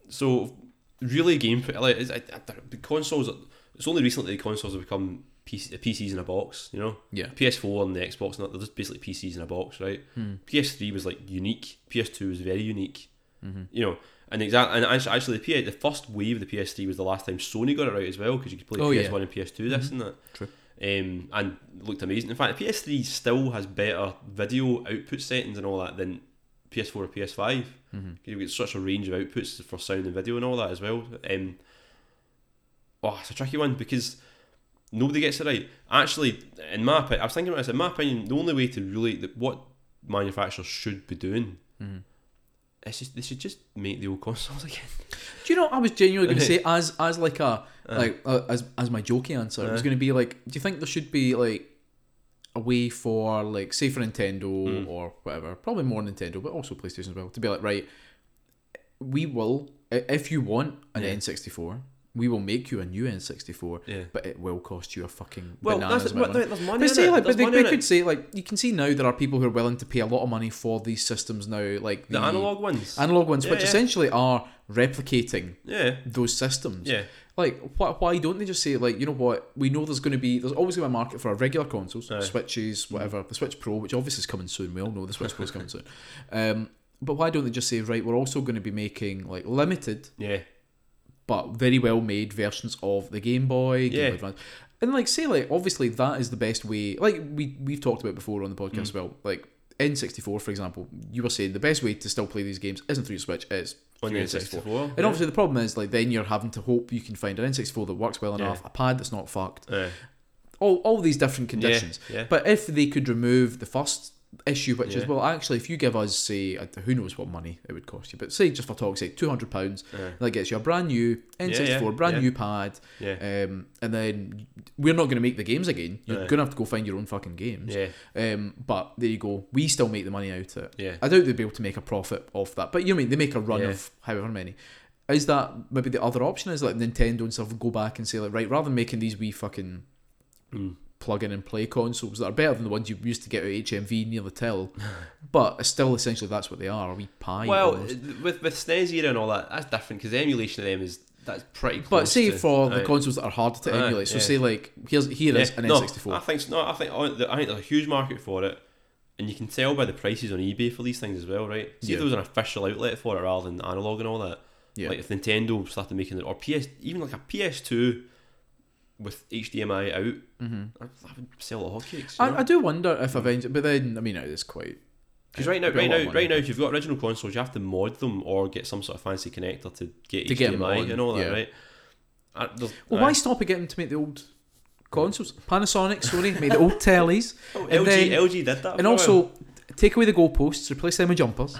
S2: So really, game like it's, I, I, don't- the consoles. are- It's only recently the consoles have become PC, PCs in a box. You know,
S1: yeah,
S2: PS4 and the Xbox, and that, they're just basically PCs in a box, right?
S1: Hmm.
S2: PS3 was like unique. PS2 was very unique. You know, and exactly, and actually, actually the, PS, the first wave of the PS3 was the last time Sony got it right as well because you could play
S1: Oh, yeah.
S2: PS1 and PS2 this and that.
S1: True.
S2: Um, and it looked amazing. In fact, PS3 still has better video output settings and all that than PS4 or PS5.
S1: Mhm.
S2: You get such a range of outputs for sound and video and all that as well. Um, oh, it's a tricky one because nobody gets it right. Actually, in my opinion, I was thinking about this. In my opinion, the only way to really the, what manufacturers should be doing
S1: Mhm.
S2: is just they should just make the old consoles again.
S1: Do you know? I was genuinely going to say as as like a like uh, as as my jokey answer. it was
S2: Uh.
S1: going to be like, do you think there should be like a way for like say for Nintendo
S2: Mm.
S1: or whatever, probably more Nintendo, but also PlayStation as well, to be like right, we will i- if you want an
S2: Yeah.
S1: N sixty four, we will make you a new N sixty four,
S2: Yeah.
S1: but it will cost you a fucking
S2: Well,
S1: bananas.
S2: that's,
S1: amount of
S2: but
S1: money.
S2: there- there's money.
S1: But
S2: in
S1: say
S2: it.
S1: like,
S2: There's
S1: but they,
S2: money
S1: we
S2: in
S1: could
S2: it.
S1: say like, you can see now there are people who are willing to pay a lot of money for these systems now, like
S2: the analog ones.
S1: analog ones,
S2: Yeah,
S1: which
S2: yeah.
S1: essentially are replicating
S2: yeah,
S1: those systems.
S2: yeah,
S1: Like, why, why don't they just say like, you know what? We know there's going to be there's always going to be a market for our regular consoles,
S2: Aye. Mm.
S1: switches, whatever. The Switch Pro, which obviously is coming soon, we all know the Switch Pro is coming soon. Um, but why don't they just say right? We're also going to be making like limited
S2: yeah.
S1: but very well made versions of the Game Boy, Game
S2: Yeah.
S1: Boy Advance. And like say like obviously that is the best way like we we've talked about before on the
S2: Mm.
S1: podcast as well. Like N64 for example, you were saying the best way to still play these games isn't through your Switch, it's
S2: On
S1: through
S2: the
S1: your
S2: N64.
S1: And obviously the problem is like then you're having to hope you can find an N64 that works well
S2: Yeah.
S1: enough, a pad that's not fucked.
S2: yeah.
S1: All all these different conditions.
S2: Yeah, yeah.
S1: But if they could remove the first issue, which is
S2: Yeah.
S1: well, actually, if you give us say I- who knows what money it would cost you, but say just for talk's sake, two hundred pounds,
S2: Aye.
S1: that gets you a brand new N64,
S2: yeah,
S1: brand
S2: yeah.
S1: new pad,
S2: yeah.
S1: um, and then we're not going to make the games again. You're
S2: Aye.
S1: going to have to go find your own fucking games.
S2: yeah,
S1: Um, but there you go. We still make the money out of it.
S2: yeah,
S1: I doubt they'd be able to make a profit off that. But you know what I mean? They make a run
S2: Yeah.
S1: of however many. Is that maybe the other option? Is like Nintendo and stuff go back and say like, right, rather than making these wee fucking
S2: Mm.
S1: plug in and play consoles that are better than the ones you used to get at HMV near the till, but still essentially that's what they are—a wee pie.
S2: Well,
S1: almost.
S2: with with SNES era and all that, that's different because the emulation of them is that's pretty close.
S1: but say
S2: to,
S1: for the
S2: Aye.
S1: consoles that are harder to
S2: Aye,
S1: emulate. So
S2: yeah.
S1: say like here's here is
S2: Yeah,
S1: an
S2: no, Ah,
S1: N64.
S2: I think s- no. I think oh, I think there's a huge market for it, and you can tell by the prices on eBay for these things as well, right? See
S1: Yeah.
S2: if there was an official outlet for it rather than analog and all that.
S1: Yeah.
S2: Like if Nintendo started making it, or PS, even like a PS2 with HDMI out,
S1: mm-hmm.
S2: I, I would sell it hotcakes.
S1: I, I do wonder
S2: Mm-hmm.
S1: if eventually, but then I mean it is quite
S2: Because right now,
S1: it'd be a
S2: right
S1: lot of
S2: now,
S1: money.
S2: right now, if you've got original consoles, you have to mod them or get some sort of fancy connector to get
S1: To
S2: HDMI
S1: get 'em on,
S2: and all that,
S1: yeah.
S2: right? I, there's-
S1: Well,
S2: aye.
S1: why stop at getting to make the old consoles? Panasonic, Sony made the old tellies,
S2: Oh,
S1: and
S2: LG,
S1: then-
S2: LG did that. for
S1: and
S2: a while.
S1: also take away the goalposts, replace them with jumpers.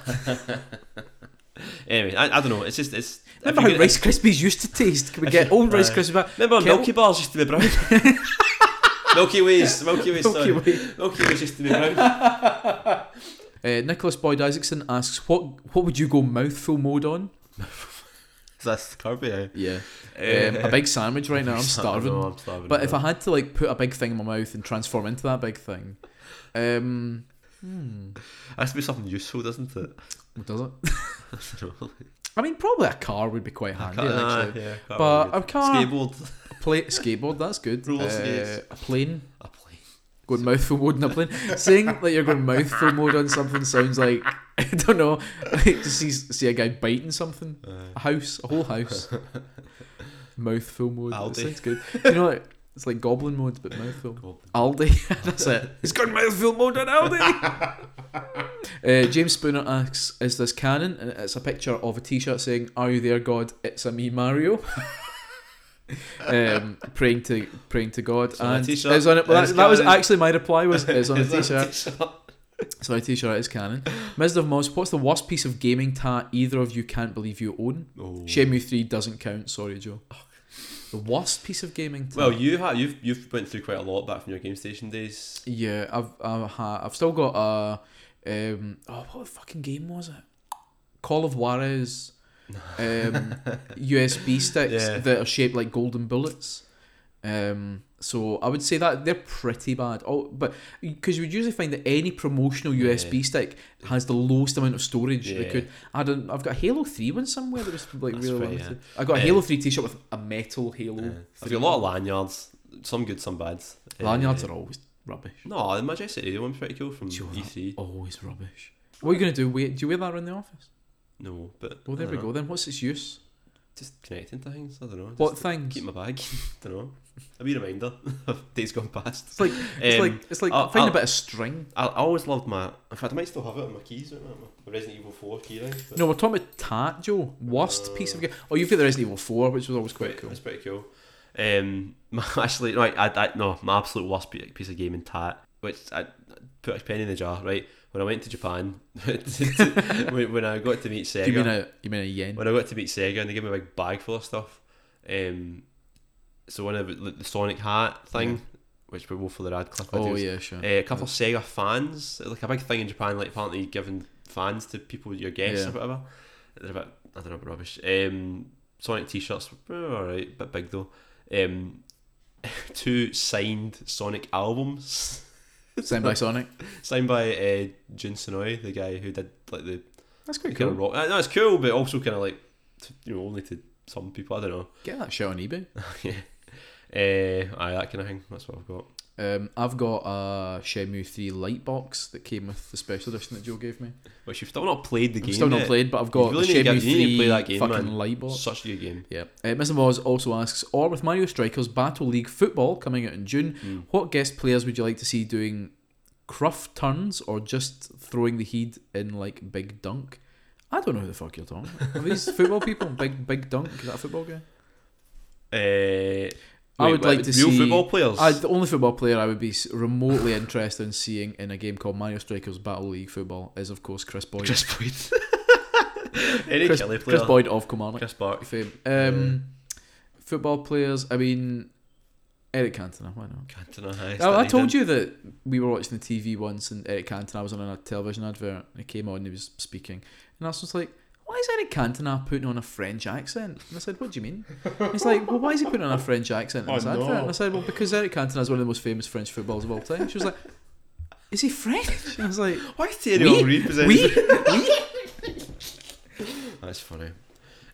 S2: anyway, I, I don't know. It's just it's. if
S1: Remember
S2: you
S1: how
S2: get-
S1: Rice Krispies used to taste? Can we get old Rice
S2: Aye.
S1: Krispies back?
S2: Remember
S1: Kettle-
S2: Milky Bars used to be brown. Milky Ways, Milky Ways,
S1: Milky
S2: sorry.
S1: Way.
S2: Milky Ways used to be brown.
S1: Uh, Nicholas Boyd Isaacson asks, "What what would you go mouthful mode on?"
S2: That's Kirby.
S1: Yeah,
S2: Uh,
S1: um, a big sandwich right now. I'm
S2: No,
S1: starving.
S2: I'm starving.
S1: But if I had to like put a big thing in my mouth and transform into that big thing, um, hmm,
S2: has to be something useful, doesn't it?
S1: what does it?
S2: No.
S1: I mean, probably a car would be quite handy.
S2: Ah,
S1: Actually,
S2: yeah, can't
S1: but
S2: remember.
S1: a car,
S2: skateboard,
S1: Play, skateboard, that's good.
S2: Roller
S1: Uh,
S2: skates.
S1: a plane.
S2: a plane.
S1: Going mouthful mode in a plane. Saying that you're going mouthful mode on something sounds like I don't know. Like to see see a guy biting something.
S2: Uh,
S1: A house, a whole house. mouthful mode. That
S2: Aldi.
S1: sounds good. You know what? It's like goblin mode but mouthful.
S2: Goblin.
S1: Aldi. That's it. It's gone mouthful mode on Aldi. Uh, James Spooner asks, "Is this canon?" And it's a picture of a T-shirt saying, "Are you there, God? It's a me, Mario." um, praying to praying to God,
S2: It's on a
S1: and
S2: T-shirt.
S1: it's on it. Well,
S2: It's
S1: that, that was
S2: canon.
S1: actually my reply. Was it's on a
S2: Is that
S1: T-shirt? So a T-shirt is canon. Mr. Moss, what's the worst piece of gaming tat either of you can't believe you own?
S2: Oh.
S1: Shenmue Three doesn't count. Sorry, Joe. The worst piece of gaming. Tat.
S2: Well, you have you've you've went through quite a lot back from your game station days.
S1: Yeah, I've I've, ha- I've still got uh, a um oh what fucking game was it? Call of Juarez um, USB sticks
S2: Yeah.
S1: that are shaped like golden bullets. Um, so I would say that they're pretty bad. Oh, but because you would usually find that any promotional USB stick has the lowest amount of storage they
S2: Yeah.
S1: could. I don't. I've got a Halo Three one somewhere that was like
S2: That's
S1: really
S2: right,
S1: limited.
S2: yeah.
S1: I got a
S2: Yeah.
S1: Halo Three T-shirt with a metal Halo.
S2: I've got a lot of lanyards, some good, some bad. Uh,
S1: Lanyards are always rubbish.
S2: No, the Majestic Radio one's pretty cool from E
S1: Do you know
S2: E3.
S1: Always Oh, rubbish. What are you gonna do? Wait, do you wear that around the office?
S2: No, but.
S1: Well, there
S2: I
S1: we
S2: dunno.
S1: go. Then what's its use?
S2: Uh-huh. Just connecting to things, I don't know.
S1: What things?
S2: Keep my bag. don't know. A wee reminder of days gone past.
S1: It's like it's
S2: Um,
S1: like it's like
S2: I'll-
S1: find
S2: I'll-
S1: a bit of string.
S2: I, I always loved my. In fact, I might still have it on my keys right now. My Resident Evil 4 keyring. but-
S1: No, we're talking about Tat Joe. Worst piece of game. Oh, you've got the Resident Evil Four, which was always quite
S2: Pretty-
S1: cool.
S2: That's pretty cool. Um, my, actually, right, I, I, no, my absolute worst pi- piece of gaming tat, which I I put a penny in the jar, right? When I went to Japan, when, when I got to meet Sega,
S1: You mean a you mean a yen?
S2: when I got to meet Sega and they gave me a big bag full of stuff. Um, so one of the, the Sonic hat thing,
S1: Yeah.
S2: which we're both for the Radcliffe
S1: Oh
S2: videos,
S1: yeah, sure.
S2: uh, a couple of Sega fans, like a big thing in Japan, like apparently giving fans to people your guests
S1: Yeah.
S2: or whatever. They're a bit, I don't know, rubbish. Um, Sonic t-shirts, were alright, bit big though. Um, two signed Sonic albums,
S1: Signed by Sonic.
S2: signed by uh, Jun Senoi, the guy who did like the
S1: That's quite cool.
S2: kind of rock. Uh, no, it's cool, but also kind of like t- you know only to some people. I don't know.
S1: Get that shit on eBay.
S2: yeah. Uh, aye, that kind of thing. That's what I've got.
S1: Um, I've got a Shenmue Three light box that came with the special edition that Joe gave me.
S2: Which you've still not played the
S1: I've
S2: game.
S1: still not
S2: yet.
S1: played, but I've got
S2: really
S1: the
S2: need to
S1: Shenmue
S2: get- you need to
S1: Three
S2: play that game,
S1: fucking
S2: man.
S1: light box.
S2: Such a good game.
S1: Yeah. Uh, Mr. Moz also asks, or with Mario Strikers Battle League Football coming out in June, what guest players would you like to see doing cruff turns or just throwing the heed in like big dunk? I don't know who the fuck you're talking. about. Are these football people? Big big dunk? Is that a football guy?
S2: Uh,
S1: I would like to
S2: real
S1: see-
S2: football players.
S1: I, the only football player I would be s- remotely interested in seeing in a game called Mario Strikers Battle League Football is of course Chris Boyd.
S2: Chris Boyd. Any
S1: Oh, Chris,
S2: Kelly player.
S1: Chris Boyd of Kilmarnock
S2: Chris Bark.
S1: fame. Um, football players. I mean, Eric Cantona. Why not?
S2: Cantona. High,
S1: Oh, I told you that we were watching the TV once and Eric Cantona was on a television advert and he came on and he was speaking. And I was just like, why is Eric Cantona putting on a French accent? And I said, what do you mean? And he's like, well, why is he putting on a French accent in
S2: Oh,
S1: this advert?
S2: no.
S1: And I said, well, because Eric Cantona is one of the most famous French footballers of all time. She was like, is he French? And I was like,
S2: Why is Thierry Henry
S1: we?
S2: presenting?
S1: we?
S2: That's funny.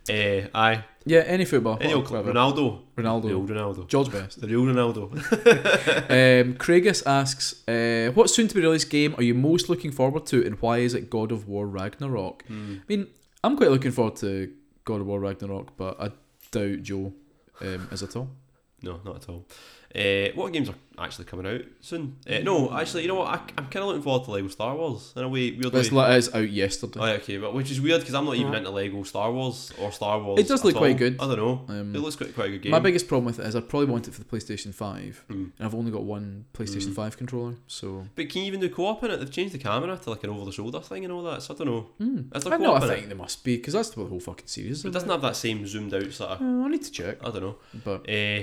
S2: Uh, aye.
S1: Yeah, any football.
S2: Any old
S1: Oh, whatever.
S2: Ronaldo. The
S1: Ronaldo.
S2: old Ronaldo.
S1: George Best.
S2: The real Ronaldo.
S1: Um, Craigus asks, uh, what soon to be released game are you most looking forward to and why is it God of War Ragnarok? I mean, I'm quite looking forward to God of War Ragnarok, but I doubt Joe um, is at all.
S2: No, not at all. Uh, what games are actually coming out soon? Uh, no, actually, you know what? I, I'm kind of looking forward to Lego Star Wars in a way. Weird
S1: This
S2: way.
S1: letter is out yesterday.
S2: Oh, yeah, okay, but which is weird because I'm not even into Lego Star Wars or Star Wars.
S1: It does look
S2: at
S1: quite
S2: all.
S1: good.
S2: I don't know.
S1: Um,
S2: it looks quite quite a good game.
S1: My biggest problem with it is I probably want it for the PlayStation 5,
S2: Mm.
S1: and I've only got one PlayStation 5 controller, so.
S2: But can you even do co-op in it? They've changed the camera to like an over-the-shoulder thing and all that. So I don't know.
S1: Mm.
S2: Is there
S1: I know, I
S2: co-op in
S1: think there must be, because that's what the whole fucking series is.
S2: It doesn't
S1: about.
S2: have that same zoomed out sort of.
S1: Uh, I need to check,
S2: I don't know.
S1: but.
S2: Uh,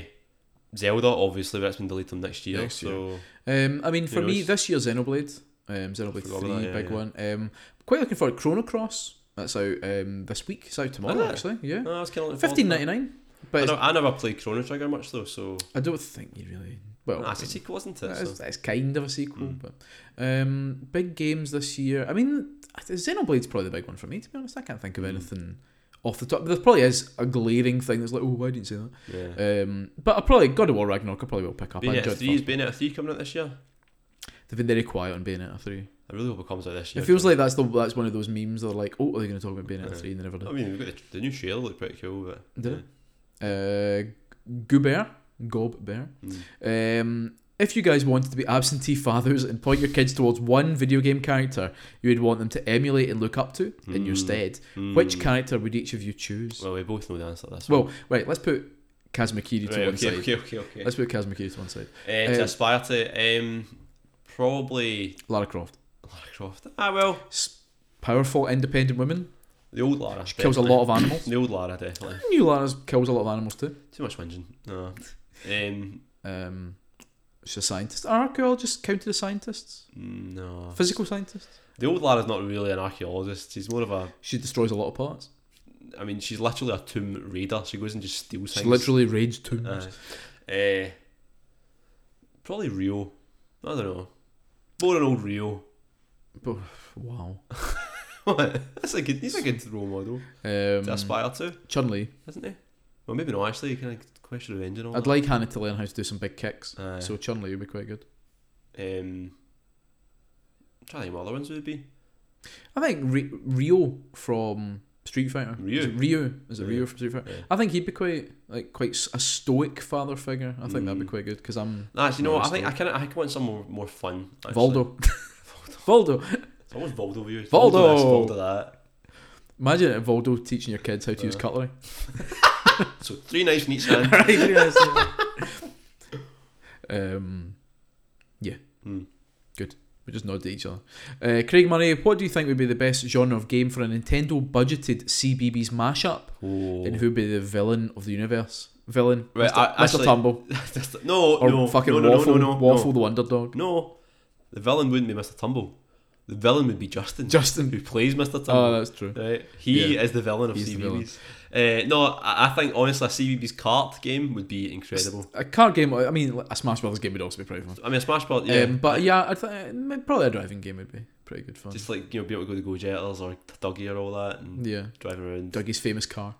S2: Zelda, obviously, but it's been delayed till next year.
S1: Next year.
S2: So
S1: Um, I mean, for
S2: Who
S1: me,
S2: knows?
S1: this year Xenoblade, um, Xenoblade
S2: Forgot
S1: Three,
S2: about that, yeah,
S1: big
S2: yeah.
S1: one. Um, quite looking forward. to Chrono Cross. That's out um, this week. It's out tomorrow,
S2: Is it?
S1: actually. Yeah,
S2: no, I was kind of
S1: fifteen ninety nine. But
S2: I,
S1: it's-
S2: don't- I never played Chrono Trigger much though, so
S1: I don't think you really. Well,
S2: that's a sequel, isn't it?
S1: it's,
S2: So.
S1: it's kind of a sequel,
S2: Mm.
S1: but um, big games this year. I mean, Xenoblade's probably the big one for me. To be honest, I can't think of
S2: Mm.
S1: anything off the top. There probably is a glaring thing that's like, oh, why didn't you say that?
S2: Yeah.
S1: Um, but I probably God of War Ragnarok. I probably will pick up. I enjoyed
S2: Bayonetta
S1: the
S2: three is
S1: first one.
S2: Bayonetta three coming out this year.
S1: They've been very quiet on Bayonetta three.
S2: I really hope it comes out this year.
S1: It feels
S2: so-
S1: like that's the that's one of those memes that are like, oh, are they going to talk about Bayonetta
S2: Yeah.
S1: 3 and they never
S2: I
S1: did.
S2: mean, we've got the, the new trailer looked pretty cool, but
S1: Did
S2: Oh.
S1: Uh, Goubert, Gob Bear.
S2: Mm.
S1: Um, if you guys wanted to be absentee fathers and point your kids towards one video game character you would want them to emulate and look up to in your
S2: Mm.
S1: stead,
S2: Mm.
S1: which character would each of you choose? Well,
S2: Well, we both know the answer to this.
S1: right, let's put Kazumakiri to
S2: Right,
S1: one
S2: okay,
S1: side.
S2: okay, okay, okay.
S1: Let's put Kazumakiri to one side.
S2: Uh, to
S1: uh,
S2: aspire to, um, probably
S1: Lara Croft.
S2: Lara Croft. Ah, well,
S1: S- powerful, independent woman.
S2: the old Lara.
S1: She kills a lot of animals.
S2: The old Lara, definitely.
S1: New Lara kills a lot of animals too.
S2: Too much whinging. No. Um,
S1: Um, she's a scientist. Are archaeologists counted as scientists?
S2: no.
S1: Physical scientists?
S2: The old Lara's not really an archaeologist. She's more of a.
S1: She destroys a lot of parts.
S2: I mean, she's literally a tomb raider. She goes and just steals
S1: She
S2: things.
S1: literally raids tombs.
S2: Aye. Eh, probably Rio. I don't know. Born an old Rio.
S1: But, wow.
S2: That's a good. He's a good role model to
S1: Um,
S2: aspire to,
S1: Chun Li.
S2: isn't he? Well, maybe not. Actually, you kind of question revenge and all
S1: I'd
S2: that.
S1: like Hannah to learn how to do some big kicks.
S2: Aye.
S1: So Chun Li would be quite good.
S2: um, i trying to think what other ones would be.
S1: I think Ri Rio from Street Fighter.
S2: Ryu.
S1: Is it Ryu? Is it Ryu,
S2: Ryu.
S1: from Street Fighter?
S2: Yeah.
S1: I think he'd be quite like quite s- a stoic father figure. I think that'd be
S2: Mm.
S1: quite good because I'm
S2: Nah, actually, you know what? I
S1: Mario
S2: think I kind of I want some more, more fun. Actually.
S1: Voldo. Voldo.
S2: It's almost Voldo view. It's
S1: Voldo!
S2: Voldo this, Voldo that.
S1: Imagine it, Voldo teaching your kids how to use
S2: Yeah.
S1: cutlery.
S2: So three knives in each hand.
S1: um, yeah.
S2: Hmm.
S1: Good. We just nod to each other. Uh, Craig Murray, what do you think would be the best genre of game for a Nintendo budgeted CBBS mashup?
S2: Oh.
S1: And who would be the villain of the universe? Villain?
S2: Right,
S1: Mr.
S2: I-
S1: Mr.
S2: actually-
S1: Tumble.
S2: That's- no,
S1: Or
S2: no,
S1: fucking
S2: no, no,
S1: Waffle,
S2: no, no, no,
S1: Waffle
S2: no.
S1: the Underdog.
S2: No, the villain wouldn't be Mr. Tumble. The villain would be Justin,
S1: Justin.
S2: who plays Mr. Tumble.
S1: Oh, that's true.
S2: Right, he
S1: Yeah.
S2: is the villain of
S1: He's the villain.
S2: CBBS. Uh, no, I, I think honestly, a CBBS kart game would be incredible.
S1: A card game, I mean, a Smash Brothers game would also be pretty fun.
S2: I mean, a Smash Bros. Yeah,
S1: Um, but yeah, I th- probably a driving game would be pretty good fun.
S2: just like you know, be able to go to GoJetters or Dougie or all that, and
S1: yeah.
S2: driving around,
S1: Dougie's famous car.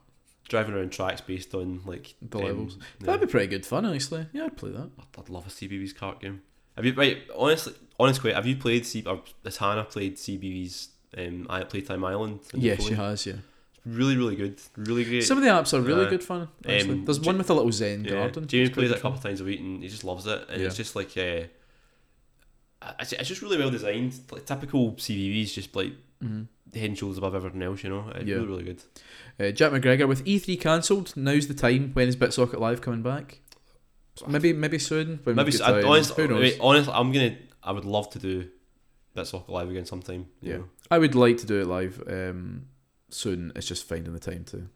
S2: driving around tracks based on like
S1: The
S2: um,
S1: levels.
S2: yeah.
S1: That'd be pretty good fun, honestly. Yeah, I'd play that.
S2: I'd, I'd love a CBBS kart game. Have you right? Honestly, honest quite. Have you played? C, or has Hannah played CBBS? Um, I Playtime Island. on your
S1: Yeah, she
S2: phone?
S1: has. Yeah,
S2: Really, really good. Really great.
S1: some of the apps are really
S2: Uh,
S1: good fun. Actually,
S2: um,
S1: there's
S2: Ja-
S1: one with a little Zen
S2: yeah,
S1: garden.
S2: Jamie
S1: It's quite
S2: plays it
S1: good
S2: a couple
S1: fun.
S2: of times a week, and he just loves it. And it's
S1: Yeah.
S2: just like, uh, it's, it's just really well designed. Like typical CBBS, just like
S1: Mhm.
S2: head and shoulders above everything else. You know, it's
S1: Yeah.
S2: really, really good.
S1: Uh, Jack McGregor with E3 cancelled. Now's the time. When is BitSocket Live coming back? Maybe, maybe soon. When
S2: Maybe
S1: we've got
S2: I,
S1: time.
S2: honest,
S1: Who knows?
S2: wait, honest, I'm gonna. I would love to do that soccer live again sometime. you
S1: Yeah.
S2: know.
S1: I would like to do it live um, soon. It's just finding the time to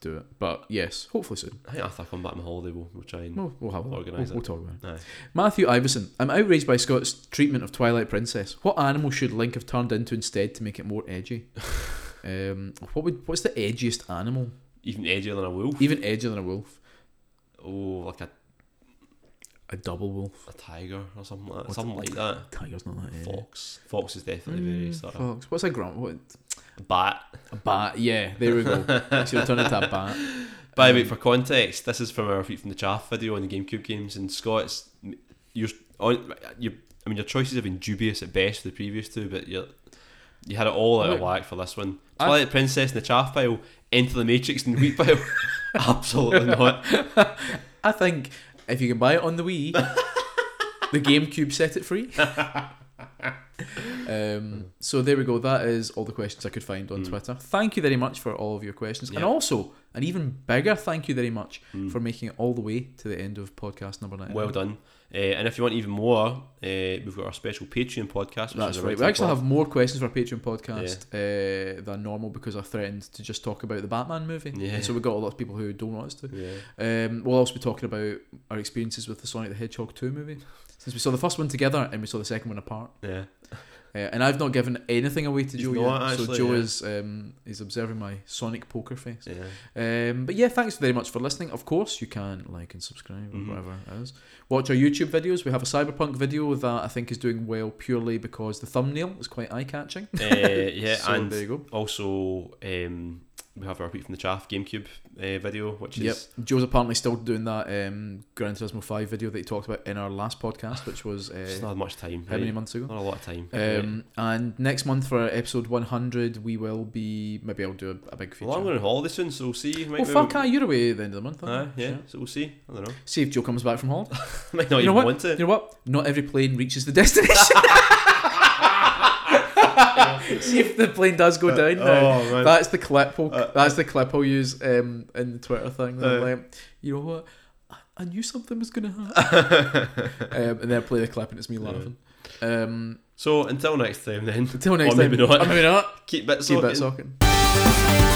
S1: do it. But yes, hopefully soon.
S2: I think after I come back on holiday, we'll, we'll try and.
S1: We'll, we'll have a look. We'll,
S2: Organise it.
S1: we'll talk about it.
S2: Aye.
S1: Matthew Iverson. I'm outraged by Scott's treatment of Twilight Princess. What animal should Link have turned into instead to make it more edgy? um, what would what's the edgiest animal?
S2: even edgier than a wolf.
S1: Even edgier than a wolf.
S2: Oh, like a,
S1: A double wolf.
S2: a tiger or something like
S1: What's-
S2: something like that.
S1: Tiger's not that edgy.
S2: Fox. Fox is definitely very
S1: Mm,
S2: sort of
S1: fox. What's a grunt? What
S2: bat.
S1: a bat? Yeah, there we go. She'll turn into a bat.
S2: By
S1: Um,
S2: the way, for context, this is from our Feet from the Chaff video on the GameCube games, and Scott's you're on you. I mean, your choices have been dubious at best for the previous two, but you you had it all out of
S1: Look,
S2: whack for this one.
S1: I-
S2: Twilight Princess in the Chaff pile, Enter the Matrix in the wheat pile. Absolutely not.
S1: I think if you can buy it on the Wii, the GameCube set it free. um, so there we go. That is all the questions I could find on
S2: Mm.
S1: Twitter. Thank you very much for all of your questions, and
S2: Yeah.
S1: also an even bigger thank you very much
S2: Mm.
S1: for making it all the way to the end of podcast number nine.
S2: Well done. Uh, and if you want even more, uh, we've got our special Patreon podcast. Which
S1: That's
S2: is
S1: right. We actually have more questions for our Patreon podcast uh, than normal because I threatened to just talk about the Batman movie.
S2: Yeah.
S1: And so we got a lot of people who don't want us to.
S2: Yeah.
S1: Um, we'll also be talking about our experiences with the Sonic the Hedgehog 2 movie. Since we saw the first one together and we saw the second one apart.
S2: Yeah.
S1: Uh, and I've not given anything away to
S2: He's
S1: Joe
S2: not,
S1: yet. so
S2: actually,
S1: Joe
S2: yeah.
S1: is um, is observing my Sonic poker face.
S2: Yeah. Eh,
S1: Um, but yeah, thanks very much for listening. Of course, you can like and subscribe or
S2: Mhm.
S1: whatever it is. Watch our YouTube videos. We have a Cyberpunk video that I think is doing well purely because the thumbnail is quite eye catching.
S2: Uh, yeah.
S1: so
S2: and
S1: there you go.
S2: Also, um, we have our Pete from the Chaff GameCube uh, video, which
S1: Yep,
S2: is
S1: Joe's apparently still doing that um, Gran Turismo Five video that he talked about in our last podcast, which was
S2: just
S1: uh,
S2: not much time.
S1: how many
S2: right?
S1: months ago?
S2: Not a lot of time.
S1: Um, and next month for episode 100, we will be. Maybe I'll do a, a big
S2: Right.
S1: feature.
S2: well, I'm going on holiday soon, so we'll see. Might
S1: well, fuck, aye, you're away at the end of the month.
S2: Aye,
S1: aren't you?
S2: yeah,
S1: Sure.
S2: so we'll see. I don't know.
S1: See if Joe comes back from Holland.
S2: Might not
S1: You know
S2: even
S1: what?
S2: want to.
S1: you know what? Not every plane reaches the destination. See if the plane does go down. now.
S2: oh, man.
S1: That's the clip. We'll,
S2: Uh,
S1: that's the clip I'll use um, in the Twitter thing.
S2: Uh.
S1: Like, you know what? I, I knew something was gonna happen. um, and then I play the clip, and it's me laughing. Um,
S2: so until next time, then.
S1: until next
S2: or maybe
S1: time.
S2: not.
S1: Or maybe not.
S2: Keep bits
S1: See you,
S2: on.
S1: Bitsocket.
S2: in-